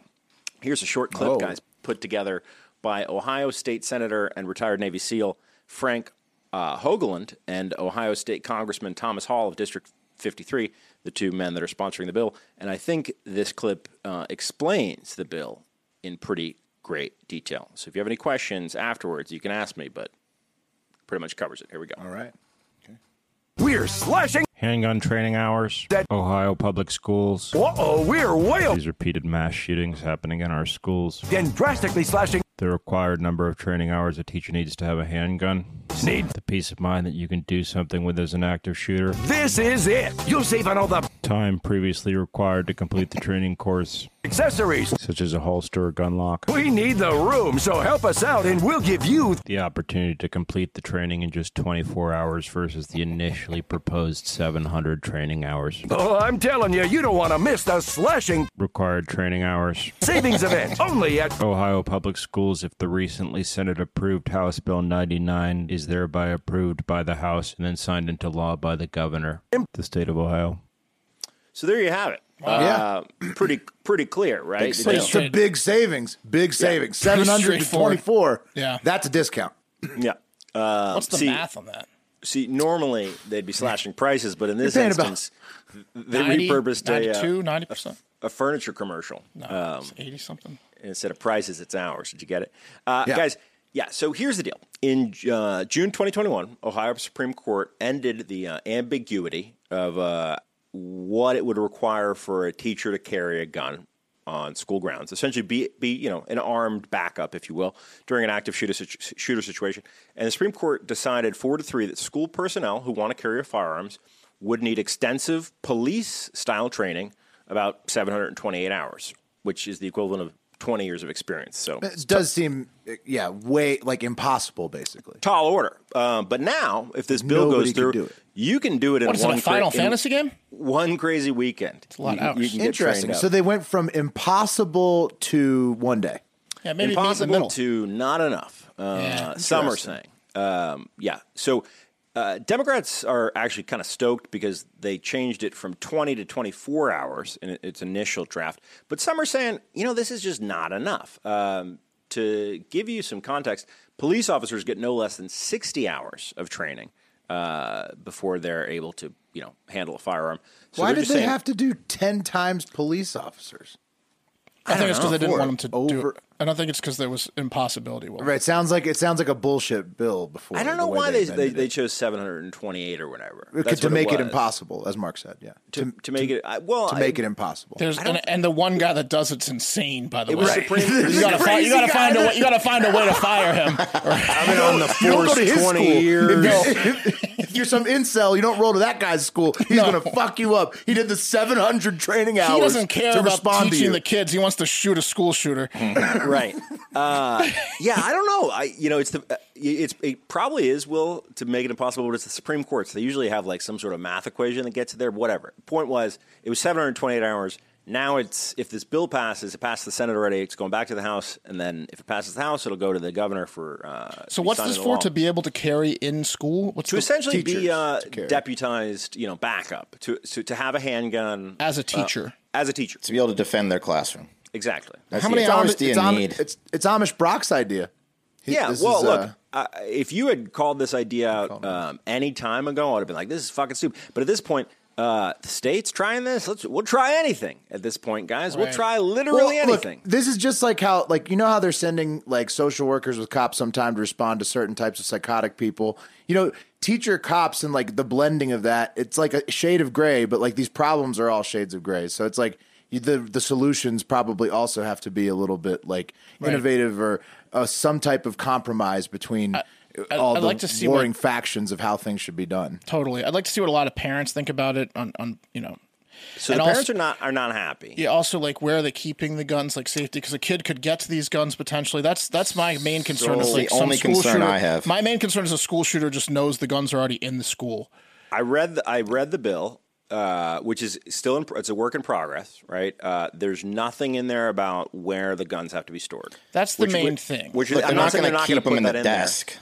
Here's a short
Oh.
clip, guys, put together by Ohio State Senator and retired Navy SEAL Frank uh, Hoagland and Ohio State Congressman Thomas Hall of District 53, the two men that are sponsoring the bill. And I think this clip uh, explains the bill in pretty great detail. So if you have any questions afterwards, you can ask me, but pretty much covers it. Here we go.
All right.
We're slashing.
handgun training hours
That-
Ohio public schools.
Uh oh, we're way up.
These repeated mass shootings happening in our schools.
Then drastically slashing.
The required number of training hours a teacher needs to have a handgun.
Need.
The peace of mind that you can do something with as an active shooter.
This is it. You'll save on all the
Time previously required to complete the training course,
accessories.
such as a holster or gun lock.
We need the room, so help us out and we'll give you
The opportunity to complete the training in just 24 hours versus the initially proposed 700 training hours.
Oh, I'm telling you, you don't want to miss the slashing
Required training hours.
savings event. Only at
Ohio Public Schools if the recently Senate approved House Bill 99 is thereby approved by the House and then signed into law by the governor. The state of Ohio.
So there you have it. Uh, pretty pretty clear, right? The
sale.
deal.
It's a big savings. Big savings. Seven hundred to
straightforward.
twenty four.
Yeah.
That's a discount.
Yeah. Uh,
What's the
see-
math on that?
See, normally they'd be slashing prices, but in this
You're paying about
instance, they
90,
repurposed a,
92,
uh,
90%.
a furniture commercial.
No, it's 80 something.
Instead of prices, it's hours. Did you get it? Uh,
Yeah.
Guys, yeah, so here's the deal. In uh, June 2021, Ohio Supreme Court ended the uh, ambiguity of uh, what it would require for a teacher to carry a gun on school grounds. Essentially, be be you know an armed backup, if you will, during an active shooter situ- shooter situation. And the Supreme Court decided four to three that school personnel who want to carry firearms would need extensive police style training, about 728 hours, which is the equivalent of 20 years of experience. So
It does seem uh, yeah, way like impossible basically.
tall order. Um, but now, if this bill
Nobody
goes
can
through,
do it.
you can do it in
What is it,
one
a Final
in
Fantasy game?
One crazy weekend. It's
a lot of hours.
Interesting. So they went from impossible to one day.
Yeah, maybe meet in the
impossible
middle.
to not enough. Uh,
Yeah.
some are saying, um, yeah. So uh, Democrats are actually kind of stoked because they changed it from 20 to 24 hours in its initial draft. But some are saying, you know, this is just not enough. Um, to give you some context, police officers get no less than 60 hours of training uh, before they're able to, you know, handle a firearm. So
Why
they're
did
just
they
saying-
have to do ten times police officers?
I, think it's because they didn't want them to do
Over-
it. I don't think it's because there was impossibility. Will.
Right. It sounds like it sounds like a bullshit bill before.
I don't
the
know
way
why they they,
amended
they
it.
chose 728 or whatever.
It could-
That's
to
what
make it,
was.
impossible, as Mark said. Yeah.
to, to, make it I, well
to make it impossible.
There's and, and the one guy that does it's insane. By the way,
was Supreme-
you gotta,
This
fi-
crazy
you gotta
guy
find a
that-
way. You gotta find a way to fire him.
I've been on the
don't go
force
to his
20
school.
years.
If, if- if you're some incel, you don't roll to that guy's school. He's
No.
gonna fuck you up. He did the 700 training hours.
He doesn't care
to
about
respond to
teaching
you.
the kids. He wants to shoot a school shooter.
right. Uh, yeah, I don't know. I you know it's the uh, it's it probably is will to make it impossible, but it's the Supreme Court, so they usually have like some sort of math equation that gets it there. Whatever. Point was, it was 728 hours. Now it's if this bill passes, it passed the Senate already. It's going back to the House, and then if it passes the House, it'll go to the governor for. Uh,
So what's
sign
this
into
for?
law.
To be able to carry in school? What's
to
the-
essentially be
teachers
uh,
to carry.
deputized, you know, backup to, to to have a handgun Uh,
as a teacher?
as a teacher.
to be able to defend their classroom.
Exactly.
That's
How many
it.
hours
It's
do you
Ami-
need? It's, it's Amish Brock's idea. He-
Yeah,
this
well,
is,
look,
uh,
uh, if you had called this idea out um, any time ago, I would have been like, this is fucking stupid. But at this point, Uh, the states trying this? Let's we'll try anything at this point, guys. We'll
Right.
try literally
Well, look,
anything.
this is just like how, like you know how they're sending like social workers with cops sometime to respond to certain types of psychotic people. You know, teacher cops and like the blending of that. It's like a shade of gray, but like these problems are all shades of gray. So it's like you, the the solutions probably also have to be a little bit like innovative or uh, some type of compromise between.
I-
all
I'd
the
like to see
warring
what-
factions of how things should be done.
Totally. I'd like to see what a lot of parents think about it on, on you know.
so the
and
parents
also-
are not are not happy.
Yeah, also like where are they keeping the guns, like safety, because a kid could get to these guns potentially. That's that's my main concern. is
That's
like
the
some
only
school
concern
shooter,
I have.
My main concern is a school shooter just knows the guns are already in the school.
I read the, I read the bill, uh, which is still in, pro- it's a work in progress, right? Uh, there's nothing in there about where the guns have to be stored.
That's the main thing.
Which
But
is,
they're
I'm
not
saying
going to keep
put
them in
that
the
there.
desk.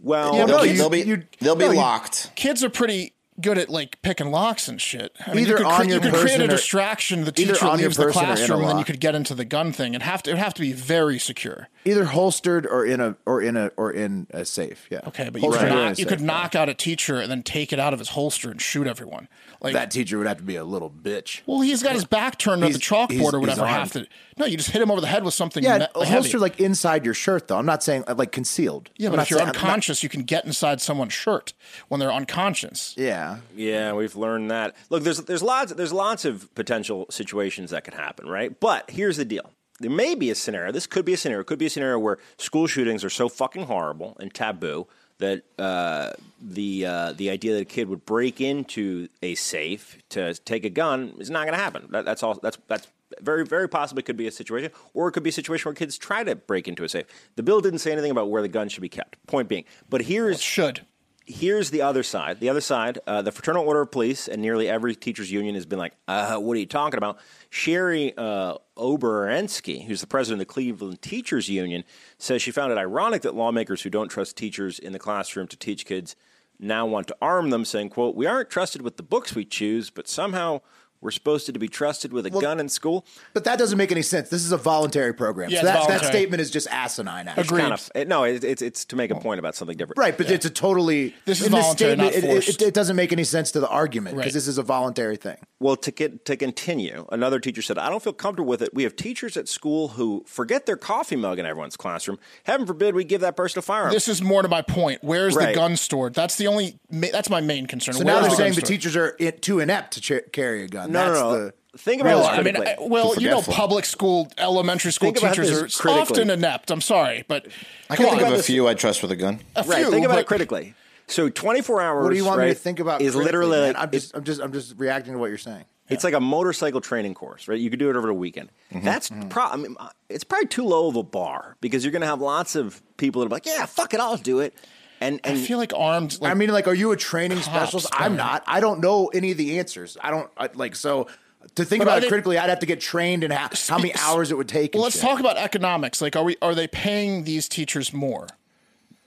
Well,
Yeah,
no,
no,
They'll,
you-
they'll be
you-
they'll be
no, you-
locked.
Kids are pretty good at like picking locks and shit. I mean,
Either
you could,
on
cre-
your
you could create
person
a
or-
distraction. The
either
teacher
on your
leaves the
person or in a
classroom, and then you
lock.
could get into the gun thing. It have to it have to be very secure.
Either holstered or in a or in a or in a safe. Yeah.
Okay, but you
Holstered or in
could,
a
knock, you
safe,
could
yeah.
knock out a teacher and then take it out of his holster and shoot everyone. Like
That teacher would have to be a little bitch.
Well, he's got his back turned at the
He's-
chalkboard
he's-
or
he's
whatever.
armed.
Half the no, you just hit him over the head with something.
Yeah,
ne-
a
heavy.
holster like inside your shirt though. I'm not saying like concealed.
yeah,
I'm
but
not
if you're
saying- I'm not-
unconscious, you can get inside someone's shirt when they're unconscious.
yeah,
yeah, we've learned that. Look, there's there's lots there's lots of potential situations that could happen, right? But here's the deal. There may be a scenario. This could be a scenario. It could be a scenario where school shootings are so fucking horrible and taboo that uh, the uh, the idea that a kid would break into a safe to take a gun is not going to happen. That, that's all. That's that's very very possibly could be a situation, or it could be a situation where kids try to break into a safe. The bill didn't say anything about where the gun should be kept. Point being, but here is
Should
here's the other side. The other side, uh, the Fraternal Order of Police and nearly every teachers union has been like, uh, what are you talking about? Sherry uh, Oberensky, who's the president of the Cleveland Teachers Union, says she found it ironic that lawmakers who don't trust teachers in the classroom to teach kids now want to arm them, saying, quote, we aren't trusted with the books we choose, but somehow we're supposed to be trusted with a gun in school.
but that doesn't make any sense. This is a voluntary program.
Yeah,
so
it's
that, that
voluntary.
statement is just asinine. Actually.
Agreed.
Kind of, it- no, it, it's, it's to make a point about something different.
Right, but it's a totally
This is
in this
voluntary, not
statement, it- it,
forced.
it doesn't make any sense to the argument because
Right.
this is a voluntary thing.
Well, to get, to continue, another teacher said, "I don't feel comfortable with it. We have teachers at school who forget their coffee mug in everyone's classroom. Heaven forbid we give that person a firearm."
this is more to my point. Where's
Right.
the gun stored? That's the only. Ma- that's my main concern.
So
Where's
now they're
the
saying
gun
the
stored?
teachers are in, too inept to ch- carry a gun.
no,
That's
no, no.
The,
Think about
Well,
this
I mean,
critically.
I- well, you know,
forgetful.
public school, elementary school
Think about
teachers
this
are
critically.
often inept. I'm sorry, but
I
come
can think
on,
of a
this-
few I trust with a gun.
a
right?
few,
Think about
but
it critically. So, twenty-four hours.
what do you want
right,
me to think about?
Is
critically,
literally
man?
like-
I'm just, I'm just, I'm just reacting to what you're saying.
It's like a motorcycle training course, right? You could do it over the weekend.
Mm-hmm.
That's pro- I mean, uh, it's probably too low of a bar because you're going to have lots of people that are like, "Yeah, fuck it, I'll do it." And and
I feel like armed. Like,
I mean, like, are you a training specialist?
guy.
I'm not. I don't know any of the answers. I don't I, like so. To think
But
about
are
it
they-
critically, I'd have to get trained and how, how many
Speaks-
hours it would take. and
well, let's
shit.
talk about economics. Like, are we are they paying these teachers more?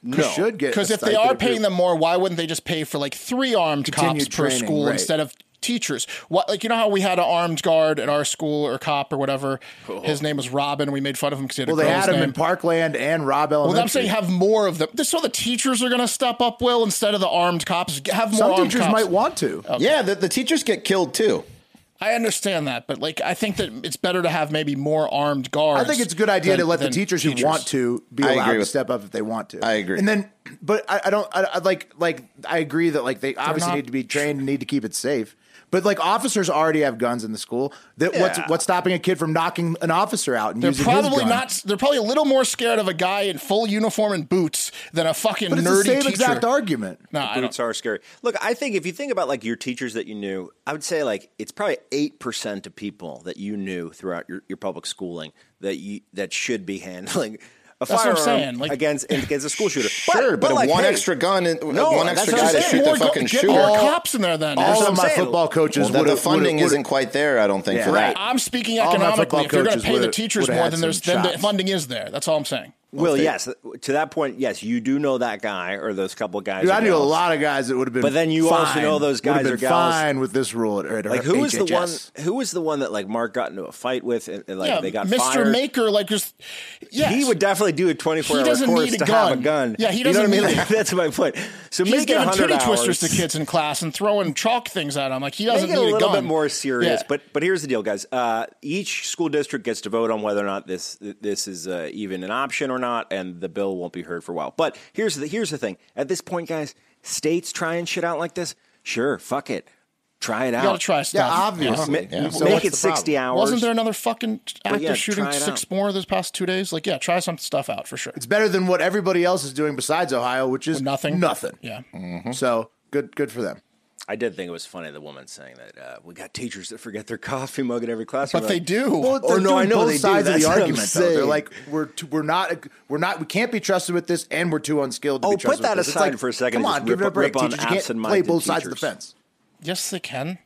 No, should get
Because
a
if they are
stipend.
paying them more, why wouldn't they just pay for like three armed cops
Continued
per
training,
school
right.
instead of teachers? What like you know how we had an armed guard at our school or cop or whatever. His name was Robin. We made fun of him because he had
Oh. well,
a
they
girl's
had him
name.
in Parkland and Rob Elementary.
well, I'm saying have more of them. This so the teachers are going to step up. Will instead of the armed cops, G- have more
some
armed
teachers
cops.
might want to.
Yeah, the, the teachers get killed too.
I understand that, but like I think that it's better to have maybe more armed guards.
I think it's a good idea
than-
to let the
than
teachers, who want to be
I
allowed
agree
to
with-
step up if they want to.
I agree.
And then, but I, I don't. I, I like like I agree that like they obviously
not-
need to be trained and need to keep it safe. But like officers already have guns in the school. That what's
Yeah.
what's stopping a kid from knocking an officer out and
They're
using his
probably
gun?
not. They're probably a little more scared of a guy in full uniform and boots than a fucking
But it's
nerdy
the same
teacher.
exact argument.
no, I don't.
boots are scary. Look, I think if you think about like your teachers that you knew, I would say like it's probably eight percent of people that you knew throughout your, your public schooling that you that should be handling a
That's what I'm
firearm
saying, like-
against against a school shooter.
Sure, but,
like,
one
hey,
extra gun and
No,
one
that's
extra
what I'm
guy to
saying.
shoot
More
the
go-
fucking
get
shooter.
more
Well,
cops in there then.
All
what
of
I'm
my
saying.
football coaches
that
would
the
have
funding isn't quite there, I don't think,
Yeah.
for
right.
that.
I'm speaking
All my
economically.
football
If you're going
coaches
to pay the
would've-
teachers
would've
more,
had
then there's
some
then the
shots.
funding is there. That's all I'm saying.
Will, yes. To that point, yes, you do know that guy or those couple guys.
Dude,
or
I knew a
gals.
lot of guys that would have been.
But then you
fine,
also know those
would have
guys
been
are gals-
fine with this rule. At, at
Like who was the one?
HHS.
Who was the one that like Mark got into a fight with, and, and, like
yeah,
they got
Mr.
fired?
Maker, like just yes.
He would definitely do a
He
twenty-four hour
doesn't
course
need a
to have
gun.
a gun.
Yeah, he
You know what
doesn't
I mean?
need-
Like, that's my point. So
He's
make it
giving
100
titty
hours.
twisters to kids in class and throwing chalk things at them. Like he doesn't
Make it a
need a,
little
gun.
bit more serious,
Yeah.
but but here's the deal, guys. Uh, each school district gets to vote on whether or not this this is uh, even an option or not, and the bill won't be heard for a while. But here's the here's the thing. At this point, guys, states trying shit out like this, sure, fuck it, try it out.
you gotta try stuff.
Yeah, obviously.
Ma-
Yeah. So
Make
what's
it
the
sixty hours.
Wasn't there another fucking actor
yeah,
shooting
try it
six
out.
more this past two days? Like, yeah, try some stuff out for sure.
It's better than what everybody else is doing besides Ohio, which is
Nothing.
Nothing. Mm-hmm.
Yeah.
Mm.
So good, good for them.
I did think it was funny the woman saying that uh, we got teachers that forget their coffee mug in every classroom.
But they
Like,
do.
Well,
Oh,
they're
no,
doing
I know
both
they do.
sides of
That's
the
what I'm
argument. Though. They're
saying.
like, we're too, we're not we're not we can't be trusted with this, and we're too unskilled to
Oh,
be
put
trusted.
that
with this. It's
aside
like,
for a second
Come on,
and just
give it a
rip-
break.
rip on
Teachers you can't play
absent-minded
both sides of the
teachers.
fence.
Yes, they can.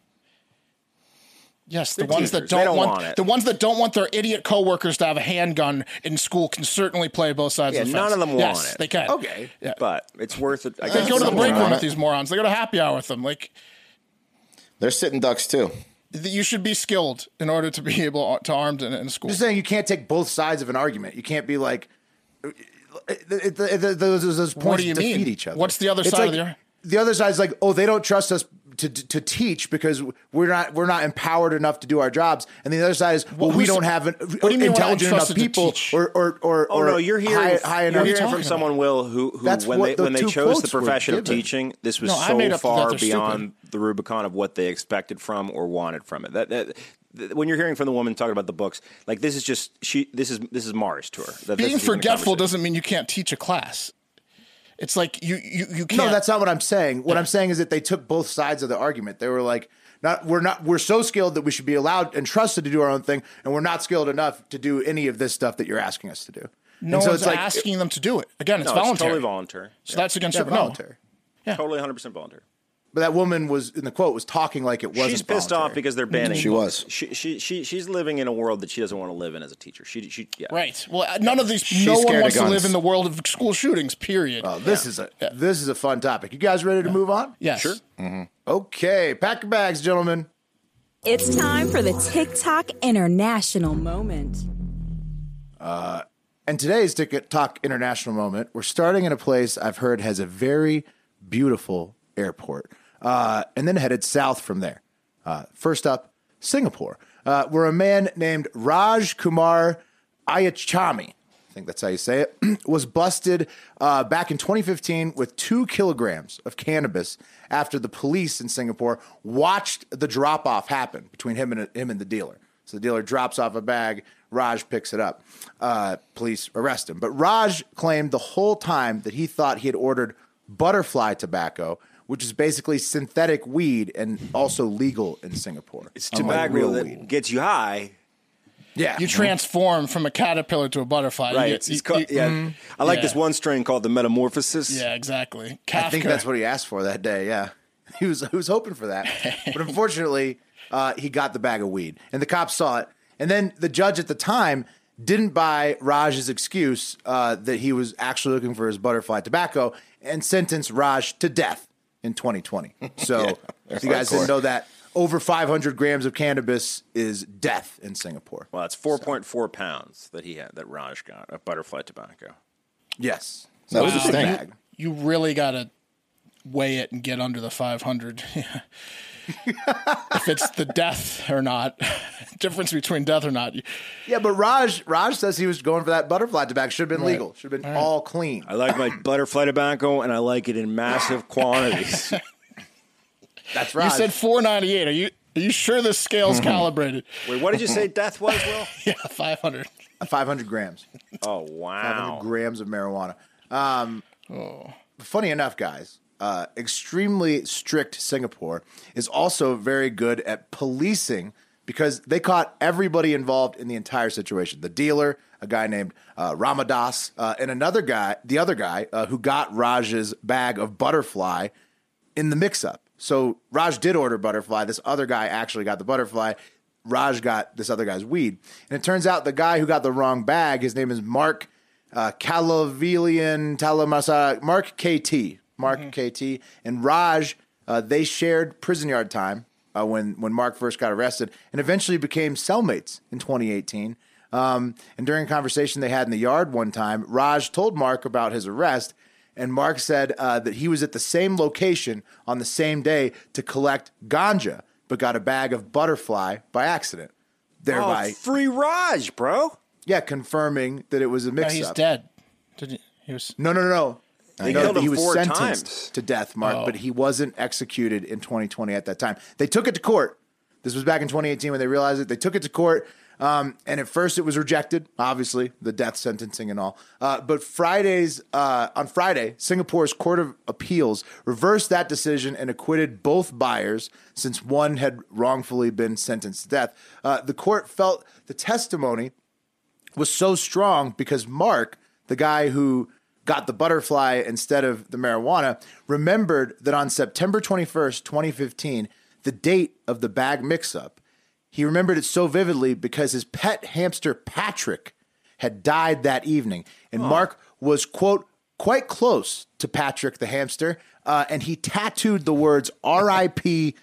Yes, the ones that
teachers. They
don't,
don't
want,
want it.
the ones that don't want their idiot coworkers to have a handgun in school can certainly play both sides
Yeah,
of the fence.
none of them
yes,
want it.
They can.
Okay.
Yeah.
But it's worth it. I
They
guess.
go to the
Someone
break
on
room
it.
with these morons. They go to happy hour with them. Like
They're sitting ducks too.
th- you should be skilled in order to be able uh, to armed in, in school.
Just saying, you can't take both sides of an argument. You can't be like, it- it- it- it- those, those points
do you
defeat
mean?
each other.
What's the other
It's
side of
like-
the-
The other side's like, oh, they don't trust us to to teach because we're not we're not empowered enough to do our jobs. And the other side is, well,
Well,
we
who's-
don't have an,
do you mean we're not
intelligent enough
entrusted to
people
teach?
or or or,
Oh
or
no, you're hearing
high, high
you're
enough.
you
hearing
talking
from
about?
someone Will who who
That's
when
what
they
the
when they
two
chose the
quotes were
profession of
given.
teaching, this was
No, I made
so
up that they're
far
stupid.
beyond the Rubicon of what they expected from or wanted from it. That, that th- when you're hearing from the woman talking about the books, like this is just she this is this is Mars to her. That this
Being
is even a
forgetful
conversation.
doesn't mean you can't teach a class. It's like you you you can't.
No, that's not what I'm saying. What I'm saying is that they took both sides of the argument. They were like, not we're not we're so skilled that we should be allowed and trusted to do our own thing, and we're not skilled enough to do any of this stuff that you're asking us to do.
no
and so
one's
it's like
asking them to do it. Again, it's
no,
voluntary.
It's totally voluntary.
So that's against
yeah,
your no.
voluntary.
Totally 100 percent voluntary.
But that woman was in the quote was talking like it wasn't.
She's pissed off
voluntary.
because they're banning.
She
books.
was.
She, she she she's living in a world that she doesn't want to live in as a teacher. She she yeah.
Right. Well, uh, none of these. no
scared
one
of
wants to
guns.
live in the world of school shootings. Period.
Oh, this is a this is a fun topic. You guys ready to move on?
yes.
Sure.
Okay, pack your bags, gentlemen.
It's time for the TikTok International Moment.
And today's Ticket Talk International moment, we're starting in a place I've heard has a very beautiful airport, uh, and then headed south from there. Uh, first up, Singapore, uh, where a man named Raj Kumar Ayachami, I think that's how you say it, was busted uh, back in 2015 with two kilograms of cannabis after the police in Singapore watched the drop off happen between him and him and the dealer. So the dealer drops off a bag. Raj picks it up. Uh, police arrest him. But Raj claimed the whole time that he thought he had ordered butterfly tobacco, which is basically synthetic weed and also legal in Singapore.
It's
unlike
tobacco that gets you high.
Yeah.
You transform from a caterpillar to a butterfly. You
Right.
get-
It's,
you-
it's called,
you-
yeah.
mm-hmm.
I like
yeah.
this one strain called the Metamorphosis.
Yeah. Exactly. Kafka.
I think that's what he asked for that day. Yeah, he was he was hoping for that, but unfortunately, uh, he got the bag of weed, and the cops saw it. And then the judge at the time didn't buy Raj's excuse uh, that he was actually looking for his butterfly tobacco, and sentenced Raj to death in 2020. So if you guys didn't
hardcore.
know that, over 500 grams of cannabis is death in Singapore.
Well, Uh, it's 4.4 pounds that he had that Raj got of butterfly tobacco.
Yes,
That was
It's
a
big
thing.
bag.
You really gotta weigh it and get under the five hundred. if it's the death or not, difference between death or not. You-
Yeah, but Raj Raj says he was going for that butterfly tobacco. Should have been legal. Should have been all clean.
Uh,
I like my butterfly tobacco, and I like it in massive quantities.
That's
You
Raj.
said four ninety eight. Are you? Are you sure this scale's calibrated?
Wait, what did you say death was, Will?
Yeah, five hundred.
500 grams.
Oh,
500
wow.
grams of marijuana. Um, Funny enough, guys, uh, extremely strict Singapore is also very good at policing because they caught everybody involved in the entire situation the dealer, a guy named uh, Ramadas, uh, and another guy, the other guy uh, who got Raj's bag of butterfly in the mix up. So Raj did order butterfly. This other guy actually got the butterfly. Raj got this other guy's weed. And it turns out the guy who got the wrong bag, his name is Mark uh, Calavilian Talamasa, Mark KT, Mark KT, and Raj. Uh, they shared prison yard time uh, when when Mark first got arrested, and eventually became cellmates in 2018. Um, and during a conversation they had in the yard one time, Raj told Mark about his arrest, and Mark said uh, that he was at the same location on the same day to collect ganja, but got a bag of butterfly by accident, thereby,
Oh, free Raj, bro.
yeah, confirming that it was a
No,
mix-up.
Oh, he's dead. Did he, he was
No, no, no, no.
They
No,
killed
that
him
he was
four
sentenced
times.
to death, Mark, but he wasn't executed in 2020 at that time. They took it to court. This was back in 2018 when they realized it. They took it to court, um, and at first it was rejected, obviously the death sentencing and all. Uh, but Fridays uh, on Friday, Singapore's Court of Appeals reversed that decision and acquitted both buyers since one had wrongfully been sentenced to death. Uh, the court felt the testimony was so strong because Mark, the guy who got the butterfly instead of the marijuana, remembered that on September 21st, 2015, the date of the bag mix up, he remembered it so vividly because his pet hamster Patrick had died that evening. And Mark was, quote, quite close to Patrick the hamster. Uh, and he tattooed the words RIP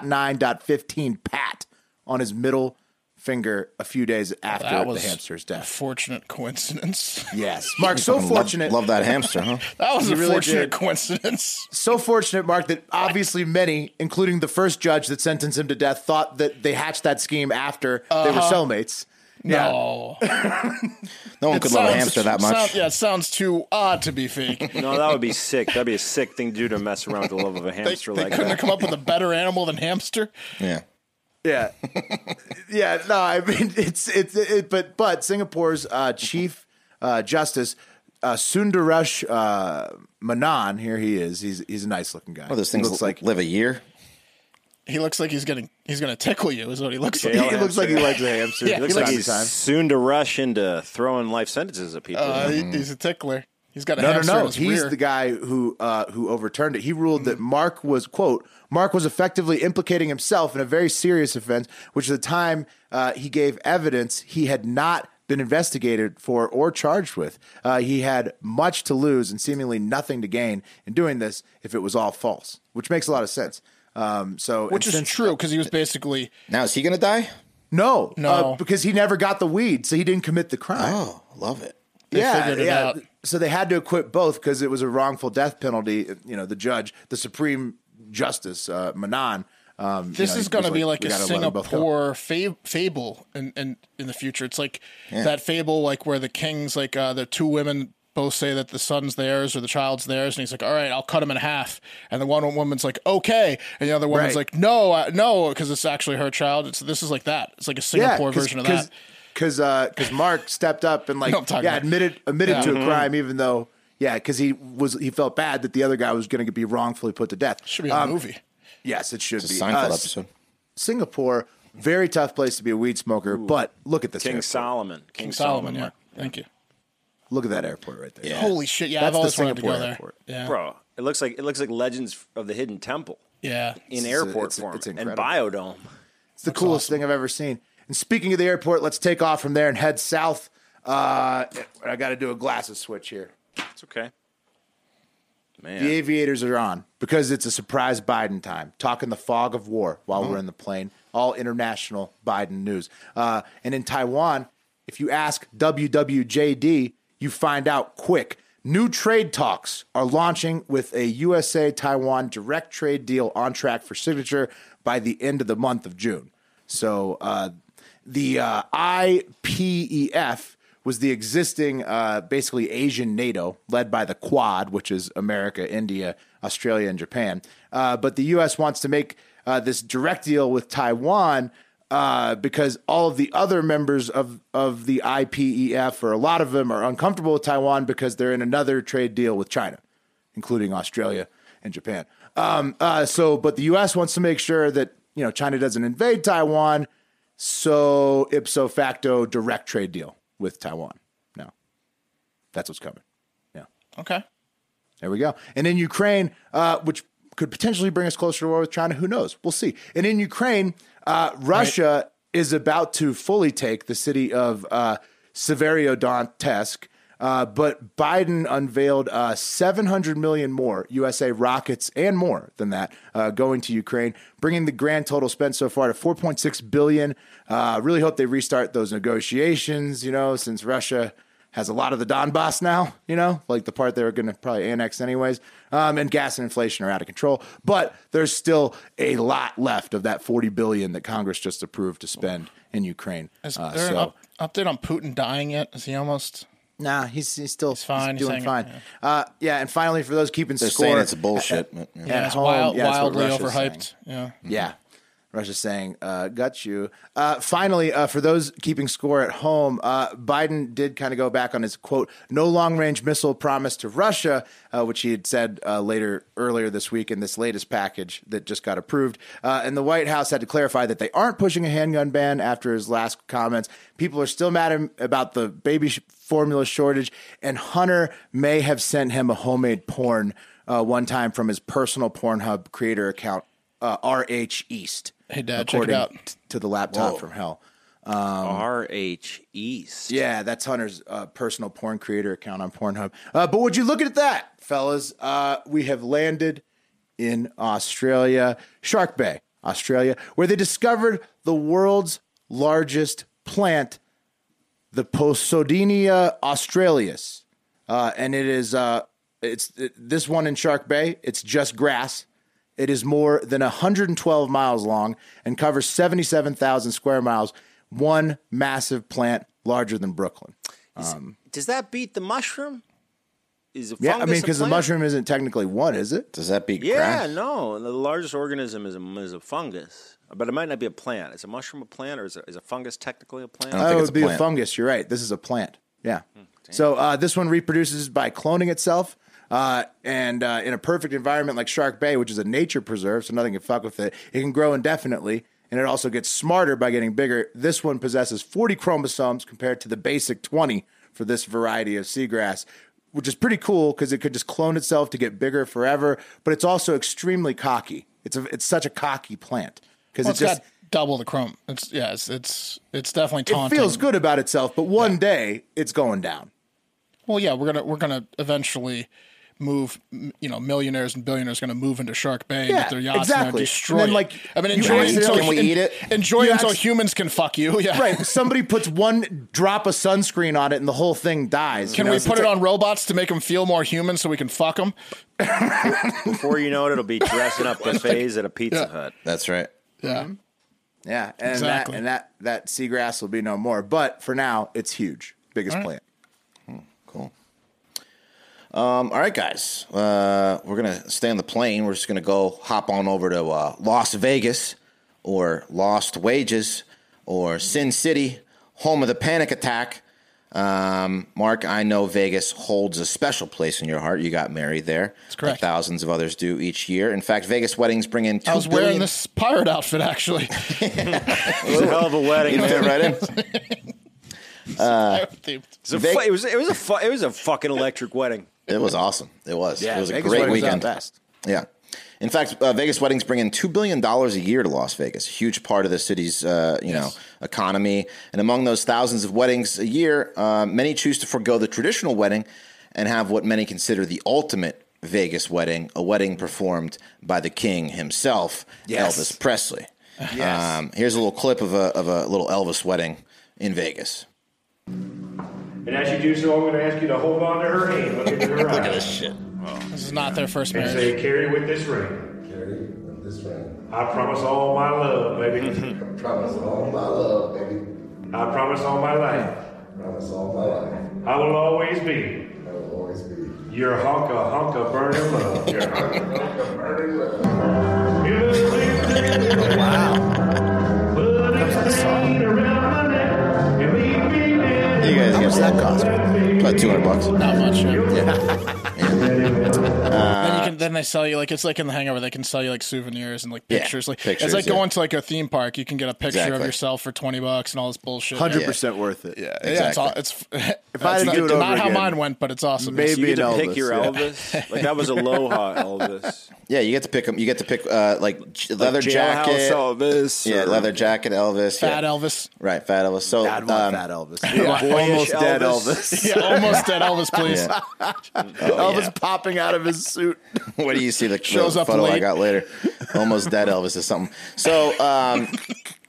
21.9.15 Pat on his middle finger a few days after
that was
the hamster's
a
death.
fortunate coincidence.
Yes, Mark, so fortunate,
Love, love that hamster, huh?
That was
You
a
really
fortunate
did.
coincidence.
so fortunate, Mark, that obviously many, including the first judge that sentenced him to death, thought that they hatched that scheme after they were cellmates.
No,
No one
Oh. It
could love a
sounds-
hamster that much.
sound- yeah, it sounds too odd to be fake.
No, that would be sick. That'd be a sick thing to do to mess around with the love of a hamster
they
like
couldn't have
that.
come up with a better animal than hamster.
yeah.
Yeah, yeah. No, I mean it's it's it, but but Singapore's uh, chief uh, justice uh, Sundaresh uh, Manan. Here he is. He's he's a nice looking guy.
Oh, those
He
things
looks
like
like
live a year.
He looks like he's gonna he's gonna tickle you. Is what he looks
Jail
like.
he looks like he
hamster.
likes a hamster.
Yeah,
He
from
looks
time
like
to
he's
time.
soon to rush into throwing life sentences at people.
Oh,
Uh, he- he's a tickler. He's got a
No,
hamster
no,
in
no.
his
He's
rear.
the guy who uh, who overturned it. He ruled that Mark was quote Mark was effectively implicating himself in a very serious offense, which at the time uh, he gave evidence he had not been investigated for or charged with. Uh, he had much to lose and seemingly nothing to gain in doing this if it was all false, which makes a lot of sense. Um, so
which
and
is
since-
true because he was basically
Now is he gonna die?
no,
No.
uh, because he never got the weed, so he didn't commit the crime.
Oh, love it.
figured it out.
So they had to acquit both because it was a wrongful death penalty. You know, the judge, the Supreme Justice uh, Manan. Um, you
this
know,
is
he
going to
was
be like
"We
a
gotta let them both go."
Singapore fa- fable in, in in the future. It's like that fable, like where the kings, like uh, the two women both say that the son's theirs or the child's theirs, and he's like, "All right, I'll cut him in half." And the one woman's like, "Okay," and the other woman's
Right.
like, "No, I, no," because it's actually her child. It's this is like that. It's like a
Yeah,
Singapore version of that.
Because because uh, Mark stepped up and like
know what I'm talking
yeah
about.
admitted admitted
Yeah. Mm-hmm.
to a crime even though yeah because he was he felt bad that the other guy was going to be wrongfully put to death.
Should be a
Um,
movie.
Yes, it should
It's
be.
a Seinfeld
Uh,
episode.
Singapore, very tough place to be a weed smoker. But look at this
King
airport.
Solomon. King,
Solomon, yeah. Thank you.
Look at that airport right there.
Holy shit! Yeah,
That's
I've
the
always wanted to
Singapore
go there.
airport.
Yeah,
Bro, it looks like it looks like Legends of the Hidden Temple
yeah.
in
It's-
airport
it's-
form
it's
and
incredible.
biodome.
It's the coolest thing I've ever seen. And speaking of the airport, let's take off from there and head south. Uh, I got to do a glasses switch here.
It's okay. Man,
The aviators are on because it's a surprise Biden time, talking the fog of war while we're in the plane. All international Biden news. Uh, and in Taiwan, if you ask WWJD, you find out quick. New trade talks are launching with a USA Taiwan direct trade deal on track for signature by the end of the month of June. So uh, the uh, IPEF was the existing, uh, basically Asian NATO, led by the Quad, which is America, India, Australia, and Japan. Uh, but the U.S. wants to make uh, this direct deal with Taiwan uh, because all of the other members of of the IPEF, or a lot of them, are uncomfortable with Taiwan because they're in another trade deal with China including Australia and Japan. Um, uh, so, but the U.S. wants to make sure that you know China doesn't invade Taiwan. So, ipso facto, direct trade deal with Taiwan. No, that's what's coming. Yeah,
Okay.
there we go. And in Ukraine, uh, which could potentially bring us closer to war with China. Who knows? We'll see. And in Ukraine, uh, Russia is about to fully take the city of uh, Severodonetsk, Uh, but Biden unveiled uh, 700 million more USA rockets and more than that uh, going to Ukraine, bringing the grand total spent so far to 4.6 billion. Uh, really hope they restart those negotiations. You know, since Russia has a lot of the Donbass now, you know, like the part they were going to probably annex anyways. Um, and gas and inflation are out of control, but there's still a lot left of that 40 billion that Congress just approved to spend in Ukraine.
Is
Uh,
there an up, update on Putin dying yet? Is he almost?
nah, he's, he's still he's
fine, he's
doing
saying it,
fine. Uh, yeah, and finally for those keeping
They're
score,
saying it's bullshit. but, yeah.
at
it's
home,
wild,
yeah, that's what
wildly
Russia's saying.
overhyped. Yeah.
Yeah. Russia's saying, uh, got you. Uh, finally, uh, for those keeping score at home, uh, Biden did kind of go back on his quote, no long range missile promise to Russia, uh, which he had said uh, later earlier this week in this latest package that just got approved. Uh, and the White House had to clarify that they aren't pushing a handgun ban after his last comments. People are still mad am- about the baby sh- formula shortage, and Hunter may have sent him a homemade porn uh, one time from his personal Pornhub creator account uh, RH East.
Hey, Dad, check it
according
out.
t- to the laptop from hell.
R H E East.
Yeah, that's Hunter's uh, personal porn creator account on Pornhub. Uh, but would you look at that, fellas? Uh, we have landed in Australia, Shark Bay, Australia, where they discovered the world's largest plant, the Posodinia australis, uh, and it is uh, it's it, this one in Shark Bay. It's just grass. It is more than 112 miles long and covers 77,000 square miles. One massive plant larger than Brooklyn.
Does that beat the mushroom? Is a
Yeah, I
fungus
mean,
a
because the
plant?
mushroom isn't technically one, is it?
Does that beat
Yeah,
grass?
no. The largest organism is a, is a fungus, but it might not be a plant. Is a mushroom a plant, or is a, is a fungus technically a plant?
I
Oh,
think
it
it's
would
a
be a
plant.
fungus. You're right. This is a plant. Yeah. so uh, this one reproduces by cloning itself. Uh, and uh, in a perfect environment like Shark Bay, which is a nature preserve, so nothing can fuck with it, it can grow indefinitely. And it also gets smarter by getting bigger. This one possesses 40 chromosomes compared to the basic 20 for this variety of seagrass, which is pretty cool because it could just clone itself to get bigger forever. But it's also extremely cocky. It's, a, it's such a cocky plant because
Well,
it
it's
just
got double the chrome. It's yeah. It's it's, it's definitely
it
taunting.
feels good about itself, but one day it's going down.
Well, yeah, we're gonna we're gonna eventually move. m- You know, millionaires and billionaires are gonna move into Shark Bay and
Yeah,
get their yachts and
exactly.
destroy.
And then,
it.
like,
I mean,
you
enjoy it
accidentally-
until
Can we eat it?
Enjoy
You
it until
acc-
humans can fuck you. Yeah.
Right. Somebody puts one drop of sunscreen on it and the whole thing dies.
Can we put it on robots to make them feel more human so we can fuck them?
Before you know it, it'll be dressing up buffets at a Pizza Hut.
That's right.
Yeah.
Mm-hmm. Yeah, and
Exactly.
that and that that seagrass will be no more. But for now, it's huge, biggest
All right.
plant.
Cool. Um, all right, guys. Uh, we're gonna stay on the plane. We're just gonna go hop on over to uh, Las Vegas, or Lost Wages, or Sin City, home of the panic attack. Um, Mark, I know Vegas holds a special place in your heart. You got married there. That's
correct.
Thousands of others do each year. In fact, Vegas weddings bring in two
I was wearing
billion-
this pirate outfit actually.
It was a hell of a wedding.
You
man.
fit right in.
Uh,
It was a
They-
fu- it was it was a fu- it was a fucking electric wedding.
It was awesome. It was. it was a
Vegas
great
weddings are the
weekend.
best.
Yeah. In fact, uh, Vegas weddings bring in two billion dollars a year to Las Vegas, a huge part of the city's uh, you know economy. And among those thousands of weddings a year, uh, many choose to forego the traditional wedding and have what many consider the ultimate Vegas wedding, a wedding performed by the king himself,
Yes.
Elvis Presley.
Yes.
Um, here's a little clip of a of a little Elvis wedding in Vegas.
And as you do so, I'm going to ask you to hold on to her hand. Look into her
Look at this
eyes.
shit.
This is not their first
And
marriage.
say, carry with this ring.
Carrie, with this ring.
I promise all my love, baby.
Promise all my love, baby.
I promise all my life.
Promise all my life.
I will always be
I will always be.
your honka honka burning love. Your honka
Burning love.
You guys get that cost? About two hundred bucks. Uh,
Not much. Yeah. then, you can, then then they sell you like it's like in the Hangover they can sell you like souvenirs and like
Yeah,
pictures. like
pictures,
it's like
yeah.
going to like a theme park. You can get a picture of
Exactly.
yourself for twenty bucks and all this bullshit.
Hundred percent worth it.
Yeah, yeah, it's
Exactly.
all, it's.
If I had to do it
not
over
how
again,
mine went, but it's awesome.
maybe
you get to
an
pick
Elvis,
your
yeah.
Elvis. Like that was Aloha Elvis.
Yeah, you get to pick them. You get to pick uh, like j- leather
Jailhouse
jacket.
Elvis.
Yeah,
or-
leather jacket, Elvis.
Fat
yeah.
Elvis.
Right, fat Elvis. So
I'd want
um,
that Elvis.
Boyish
Almost dead
Elvis.
Elvis.
Yeah, almost dead Elvis, please.
Yeah.
Elvis popping out of his suit.
what do you see? The,
Shows
the
up
photo I
late.
got later. Almost dead Elvis or something. So, um,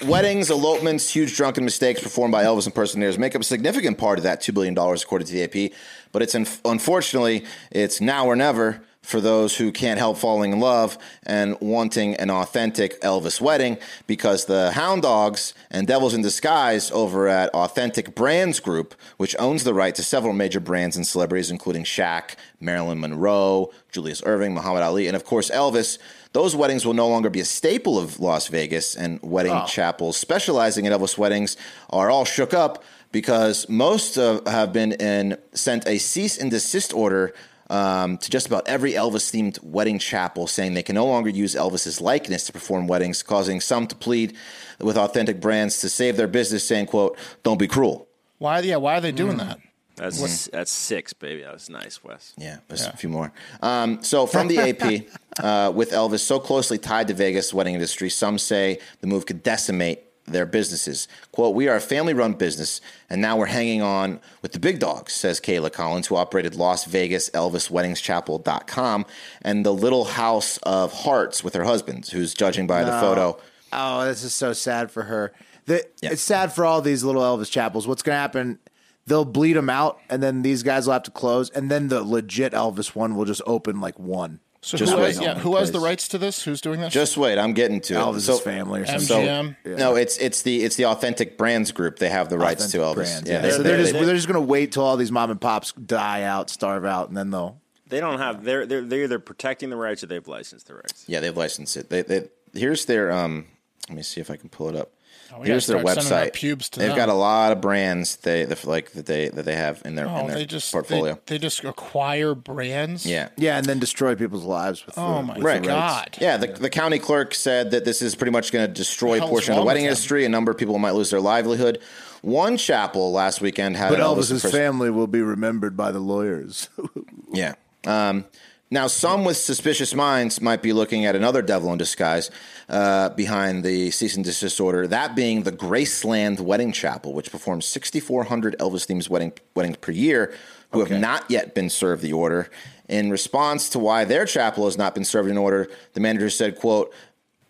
weddings, elopements, huge drunken mistakes performed by Elvis impersonators make up a significant part of that $2 billion, according to the AP. But it's un- unfortunately, it's now or never for those who can't help falling in love and wanting an authentic Elvis wedding because the Hound Dogs and Devils in Disguise over at Authentic Brands Group, which owns the right to several major brands and celebrities, including Shaq, Marilyn Monroe, Julius Irving, Muhammad Ali, and of course Elvis. Those weddings will no longer be a staple of Las Vegas, and wedding chapels specializing in Elvis weddings are all shook up because most uh, have been in, sent a cease and desist order um, to just about every Elvis themed wedding chapel, saying they can no longer use Elvis's likeness to perform weddings, causing some to plead with authentic brands to save their business, saying, "quote Don't be cruel."
Why? Yeah, why are they doing
Mm.
that?
That's that's six, baby. That was nice, Wes.
Yeah, there's a few more. Um, so from the AP, uh, with Elvis so closely tied to Vegas wedding industry, some say the move could decimate their businesses. "Quote: We are a family-run business, and now we're hanging on with the big dogs," says Kayla Collins, who operated Las Vegas Elvis Weddings Chapel.com and the Little House of Hearts with her husband, who's judging by the photo.
Oh, this is so sad for her. The,
Yeah.
It's sad for all these little Elvis chapels. What's going to happen? They'll bleed them out, and then these guys will have to close, and then the legit Elvis one will just open like one.
So
Just
who,
wait,
has, yeah,
no,
who has the
please.
rights to this? Who's doing this?
Just wait, I'm getting to it.
Elvis's
So-
family or something.
MGM.
So no, it's it's the it's the authentic brands group. They have the rights to Elvis.
Brands,
Yeah,
yeah.
they-
So they're
they-
just
they-
they're, just going to wait till all these mom and pops die out, starve out, and then they'll.
They don't have. They're they're they're either protecting the rights or they've licensed the rights.
Yeah, they've licensed it. They, they here's their um. Let me see if I can pull it up.
Oh, we
here's their
gotta start sending our
website.
pubes to
they've
them.
got a lot of brands they the, like that they that they have in their in
Oh,
their
they just
portfolio.
They, they just acquire brands.
yeah.
Yeah, and then destroy people's lives with.
Oh
the-
my
with the rights.
god.
Yeah, the, the county clerk said that this is pretty much going to destroy a
hell's
portion of the
wrong
wedding
with them?
industry. A number of people might lose their livelihood. One chapel last weekend had
But
an
Elvis's
imperson-
family will be remembered by the lawyers.
Yeah. Um, now, some with suspicious minds might be looking at another devil in disguise uh, behind the cease and desist order, that being the Graceland Wedding Chapel, which performs 6,400 Elvis themed wedding, weddings per year who have not yet been served the order. In response to why their chapel has not been served an order, the manager said, quote,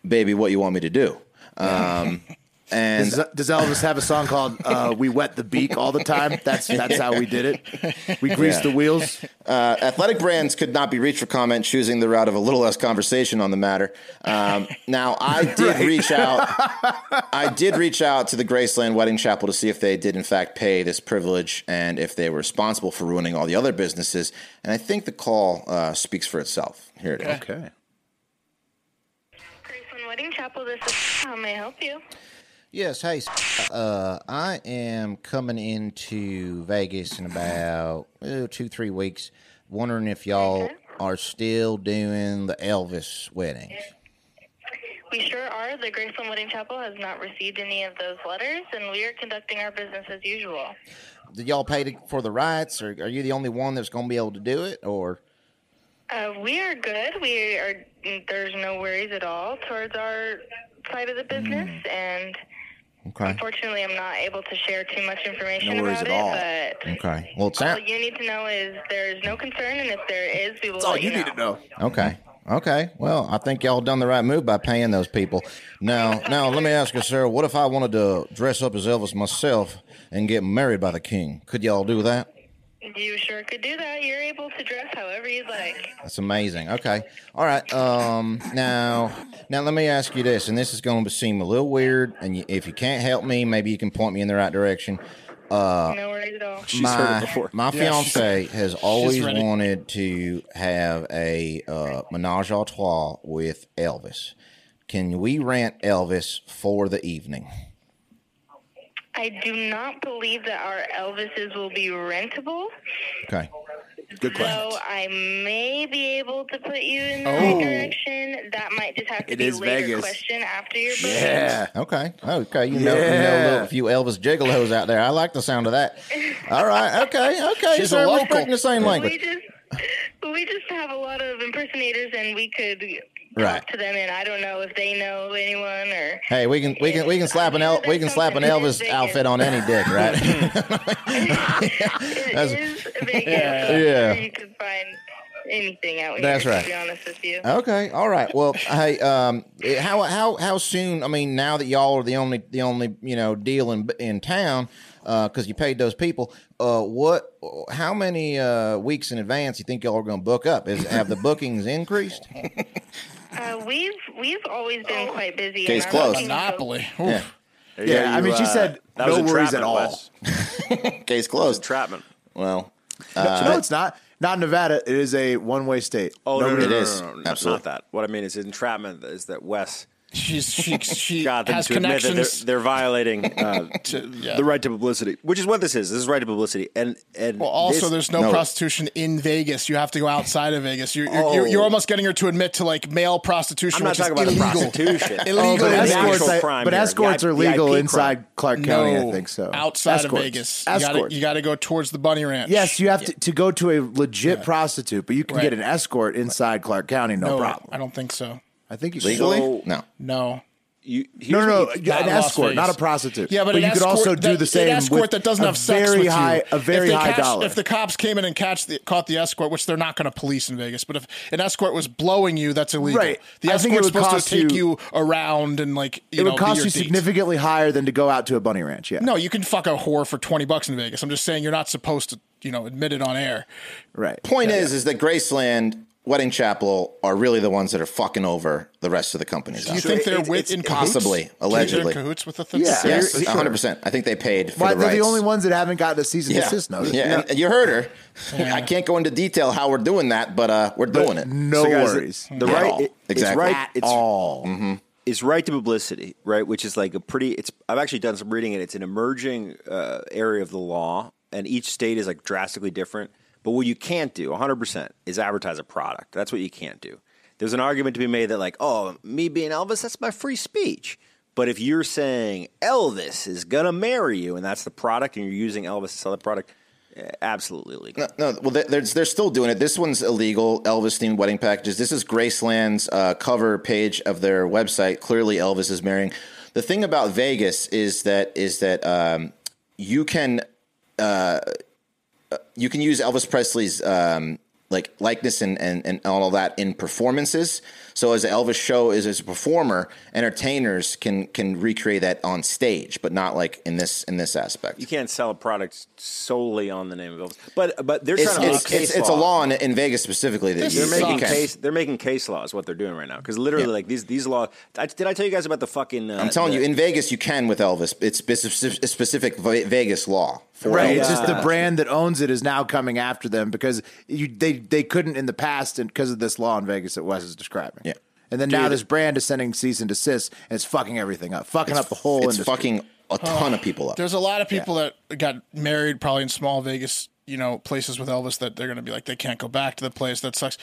baby, what you want me to do? Um, and
Does, does Elvis have a song called uh, "We Wet the Beak" all the time? That's that's how we did it. We greased the wheels.
athletic brands could not be reached for comment, choosing the route of a little less conversation on the matter. Um, now, I did reach out. I did reach out to the Graceland Wedding Chapel to see if they did in fact pay this privilege and if they were responsible for ruining all the other businesses. And I think the call uh, speaks for itself. Here it is.
Okay.
Graceland Wedding Chapel, this is how may I help you?
Yes. Hey, uh, I am coming into Vegas in about uh, two, three weeks. Wondering if y'all are still doing the Elvis weddings.
We sure are. The Graceland Wedding Chapel has not received any of those letters, and we are conducting our business as usual.
did y'all pay to, for the rights or are you the only one that's going to be able to do it or
Uh, we are good. We are. There's no worries at all towards our side of the business, and
okay
unfortunately, I'm not able to share too much information
No worries
about
at all.
it. But
okay well it's
all
out
you need to know is there's no concern, and if there is, we will. let you know.
okay okay well i think y'all done the right move by paying those people now now let me ask you sir what if i wanted to dress up as elvis myself and get married by the king could y'all do that
You sure could do that. You're able to dress however you'd like.
That's amazing. Okay. All right. Um. Now, now let me ask you this, and this is going to seem a little weird, and you, if you can't help me, maybe you can point me in the right direction.
no worries at all.
She's
my,
heard it before.
My fiance has always
ready.
wanted to have a uh, menage a trois with Elvis. Can we rent Elvis for the evening?
I do not believe that our Elvises will be rentable.
Okay.
Good question.
So I may be able to put you in the
Oh.
right direction. That might just have to
It
be
is
a later
Vegas.
question after your vote.
Yeah. Okay. Okay. You know, you know a
Yeah.
little- a few Elvis gigolos out there. I like the sound of that. All right. Okay. Okay.
She's
so
a
we're
local.
speaking the same
We
language.
just we just have a lot of impersonators, and we could talk
Right.
to them. And I don't know if they know anyone or
Hey, we can we can we can slap an El- we can slap an Elvis outfit on any dick, right?
it
That's-
is Vegas.
Yeah.
I'm sure
Yeah.
you could find anything out here.
That's right. Uh,
To be honest with you.
Okay. All right. Well, hey, um, eh, how how how soon? I mean, now that y'all are the only the only you know deal in in town, because you paid those people. Uh, what? How many uh weeks in advance you think y'all are going to book up? Is have the bookings increased?
Uh, we've we've always been quite busy.
Case
and our
closed.
bookings have
Monopoly.
Yeah.
There
Yeah, I mean, she said
uh, that was
no worries at
entrapment,
all.
Wes.
Case closed.
Entrapment.
Well, Uh,
no, it's not. Not in Nevada. It is a one-way state.
Oh no, no, no,
it
no,
is.
no, no, no, that's
Absolutely.
not that. What I mean is entrapment is that Wes
She's she she
got them
has
to admit that they're,
connections.
they're violating uh,
to- yeah.
the right to publicity, which is what this is. This is right to publicity, and and
Well, also,
this-
there's no,
no.
prostitution in Vegas. You have to go outside of Vegas. You're, you're,
Oh.
you're, you're almost getting her to admit to like male prostitution.
I'm not
which
talking
is
about the
illegal.
prostitution.
Illegal
but
in
the
Vegas.
escorts,
actual
I-
crime
but
here,
escorts
the
are
I-
legal
VIP
inside
crime.
Clark County. I think so.
Outside
Escorts.
of Vegas, you
escorts.
gotta, you gotta go towards the bunny ranch.
yes, you have to, to go to a legit prostitute, but you can
Right.
get an escort inside Clark County, no,
no,
problem.
I don't think so.
I think you
legally?
So-
no.
No.
You,
No, no, no,
here's what
Not
an
in Las
escort, not a
Vegas.
prostitute.
Yeah, but,
you
an
could
escort
also do
that-
the same.
An escort
with
that doesn't
a
have sex
very
with you.
high, a
If
very
they
high
catch-
dollar.
If the cops came in and catch the, caught the escort, which they're not going to police in Vegas, but if an escort was blowing you, that's illegal.
Right.
The
I think it would
escort's supposed
cost
to take
you-
you, around and like you
it
know,
would
be
cost
your
you
date.
significantly higher than to go out to a bunny ranch. Yeah,
No, you can fuck a whore for twenty bucks in Vegas. I'm just saying you're not supposed to, you know, admit it on air.
right.
Point is, is that Graceland, Wedding Chapel are really the ones that are fucking over the rest of the companies.
Do you
out there.
think they're
it's-
with
it's
in cahoots?
possibly,
Do you think they're
allegedly.
in cahoots with the thing?
Yeah.
Yes,
Sure.
100%. I think they paid for
Why,
the
they're
rights.
the only ones that haven't gotten a season
yeah.
and desist notice.
Yeah, and- and you heard her. I can't go into detail how we're doing that, but uh, we're doing it.
No
So guys,
worries.
The
At
right,
all.
it-
Exactly.
It's
At
right, it's, Mm-hmm. all. It's right to publicity, right? Which is like a pretty. It's. I've actually done some reading, and it's an emerging uh, area of the law, and each state is like drastically different. But what you can't do, 100, percent is advertise a product. That's what you can't do. There's an argument to be made that like, oh, me being Elvis, that's my free speech. But if you're saying Elvis is gonna marry you, and that's the product, and you're using Elvis to sell the product, eh, absolutely illegal.
No, well, they're, they're, they're still doing it. This one's illegal. Elvis themed wedding packages. This is Graceland's uh, cover page of their website. Clearly, Elvis is marrying. The thing about Vegas is that is that um, you can uh, you can use Elvis Presley's um, like likeness and, and and all of that in performances. So as the Elvis show is as a performer, entertainers can can recreate that on stage, but not like in this in this aspect.
You can't sell a product solely on the name of Elvis. But but they're
It's
trying to
it's,
make
it's,
case
it's a law
law.
in, in Vegas specifically that
This
you,
They're
is
that you
making
sucks.
can.
case. They're making case law is what they're doing right now. Because literally,
Yeah.
like these these laws. I, did I tell you guys about the fucking? Uh,
I'm telling
the-
you, in Vegas you can with Elvis. It's specific, specific Ve- Vegas law. For
Right,
Elvis.
it's just the
Yeah.
brand that owns it is now coming after them because you, they they couldn't in the past and because of this law in Vegas that Wes is describing.
Yeah.
and then now this brand is sending cease and desist and it's fucking everything up, fucking up the whole
it's
industry.
fucking a ton of people up.
There's a lot of people that got married probably in small Vegas, you know, places with Elvis that they're going to be like they can't go back to the place. That sucks.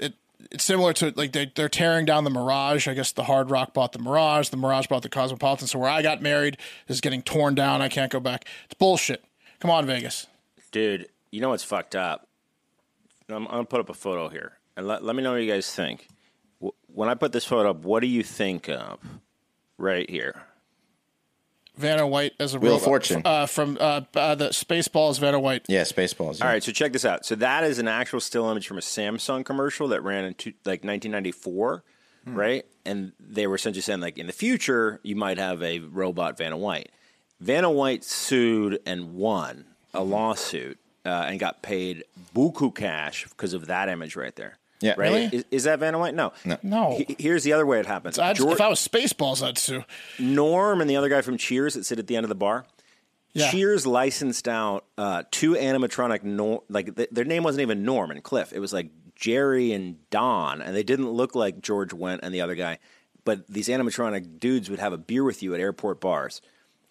It it's similar to like they they're tearing down the Mirage. I guess the Hard Rock bought the Mirage, the Mirage bought the Cosmopolitan. So where I got married is getting torn down. I can't go back. It's bullshit. Come on, Vegas.
dude. You know what's fucked up? I'm, I'm gonna put up a photo here, and let, let me know what you guys think. Wh- When I put this photo up, what do you think of? Right here.
Vanna White as a
Wheel of
robot-
Fortune.
uh, from uh, uh, the Spaceballs. Vanna White.
yeah, Spaceballs.
All right, so check this out. So that is an actual still image from a Samsung commercial that ran in two, like 1994, right? And they were essentially saying like in the future you might have a robot Vanna White. Vanna White sued and won a lawsuit uh, and got paid buku cash because of that image right there.
Yeah.
right.
Really?
Is, is that Vanna White? No, no.
No.
here's the other way it happens.
I'd,
Geor-
if I was Spaceballs, I'd sue.
Norm and the other guy from Cheers that sit at the end of the bar.
Yeah.
Cheers licensed out uh, two animatronic Norm. Like th- their name wasn't even Norm and Cliff. It was like Jerry and Don, and they didn't look like George Went and the other guy. But these animatronic dudes would have a beer with you at airport bars,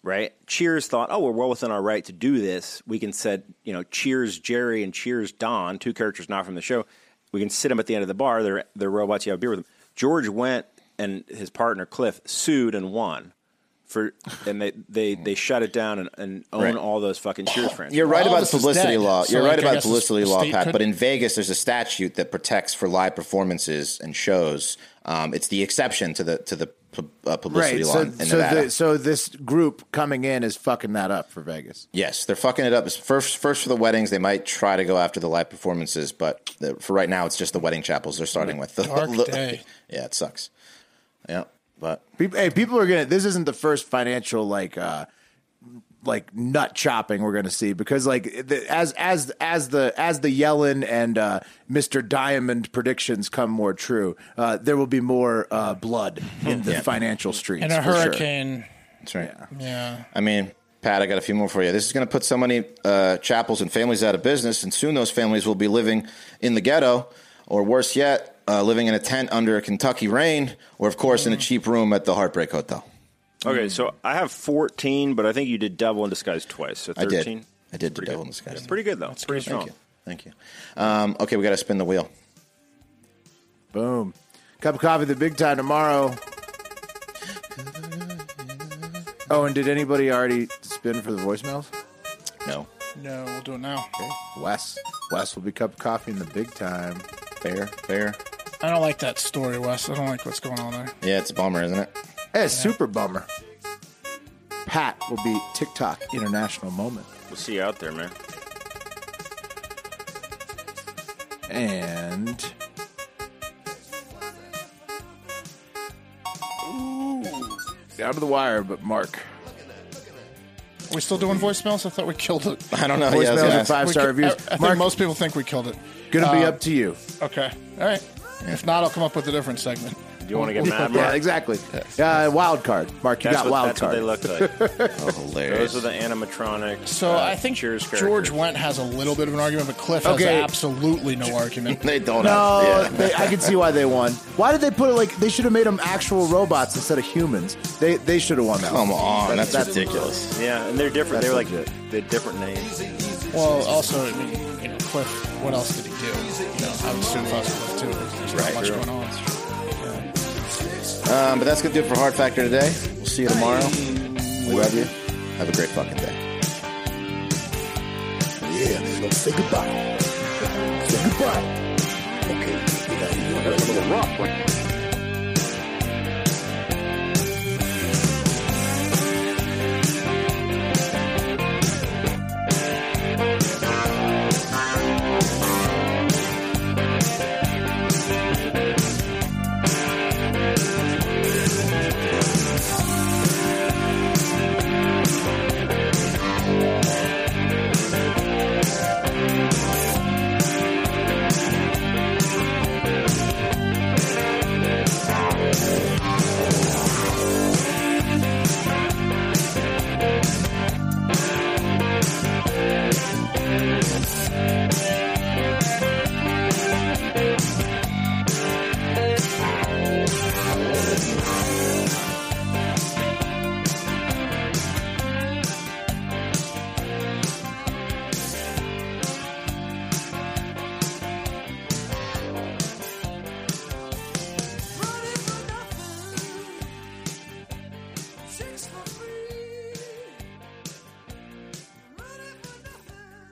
right? Cheers thought, oh, we're well within our right to do this. We can set, you know, Cheers Jerry and Cheers Don, two characters not from the show. We can sit them at the end of the bar. They're, they're robots. You have a beer with them. George went and his partner Cliff sued and won for, and they they, they shut it down and, and own
Right.
all those fucking Cheers franchises.
You're right about
this is
publicity
dead.
law.
So,
You're
like,
right
I
about
guess the-
publicity
the
law,
state
Pat.
could-
But in Vegas, there's a statute that protects for live performances and shows. Um, it's the exception to the to the pu- uh, publicity law
So,
in
so,
Nevada.
the, so this group coming in is fucking that up for Vegas.
yes, they're fucking it up. It's First, first for the weddings, they might try to go after the live performances, but the, for right now, it's just the wedding chapels they're starting with.
Dark day.
Yeah, it sucks. Yeah, but
People, hey, people are gonna. This isn't the first financial like uh like nut chopping we're gonna see because like the, as as as the as the Yellen and uh, Mr. Diamond predictions come more true, uh, there will be more uh, blood in the financial streets
And a
for sure.
hurricane.
that's right.
Yeah.
I mean, Pat, I got a few more for you. This is going to put so many uh, chapels and families out of business, and soon those families will be living in the ghetto, or worse yet, uh, living in a tent under a Kentucky rain, or of course, in
Mm.
a cheap room at the Heartbreak Hotel.
Okay, so I have 14, but I think you did Devil in Disguise twice. So 13.
I did. I did the devil in disguise.
Pretty good, though. pretty strong.
Thank you. Thank you. Um, okay, we got to spin the wheel.
Boom. Cup of coffee, the big time tomorrow. Oh, and did anybody already spin for the voicemails?
No.
No, we'll do it now.
Wes. Wes will be cup of coffee in the big time.
Fair, fair.
I don't like that story, Wes. I don't like what's going on there.
Yeah, it's a bummer, isn't it?
Hey, super bummer. Pat will be TikTok international moment.
We'll see you out there, man.
And Ooh. Out of the wire, but Mark.
Are we still doing voicemails? I thought we killed it.
I don't know. Yeah, I was
Voicemails
gonna
and
ask.
five
We
star
ki- I,
reviews.
I think
Mark,
most people think we killed it.
gonna be
uh,
up to you.
Okay. All right. If not, I'll come up with a different segment.
Do you want to get mad,
Yeah,
Mark?
exactly. Uh, wild card. Mark, you got
That's what,
wild
that's
card.
what they look like.
Oh, hilarious.
Those are the animatronic.
So
uh,
I think
Cheers
George
characters.
Went has a little bit of an argument, but Cliff
Okay.
has absolutely no argument.
they don't
No,
have. Yeah.
they, I can see why they won. Why did they put it like they should have made them actual robots instead of humans? They they should have won that.
Come
one.
on, that's, ridiculous.
Yeah, and they're different. They were like
legit.
they're different names.
Well, also, I mean, you know, Cliff, what else did he do? You know, I would assume if I was Cliff too. There's not
Right.
much
True.
going on.
Um, but that's gonna do it for Hard Factor today. We'll see you tomorrow. We love you. Have a great fucking day.
Yeah, man, don't say goodbye. Say goodbye. Okay, you got you got a little rough, right?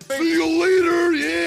See you later, yeah!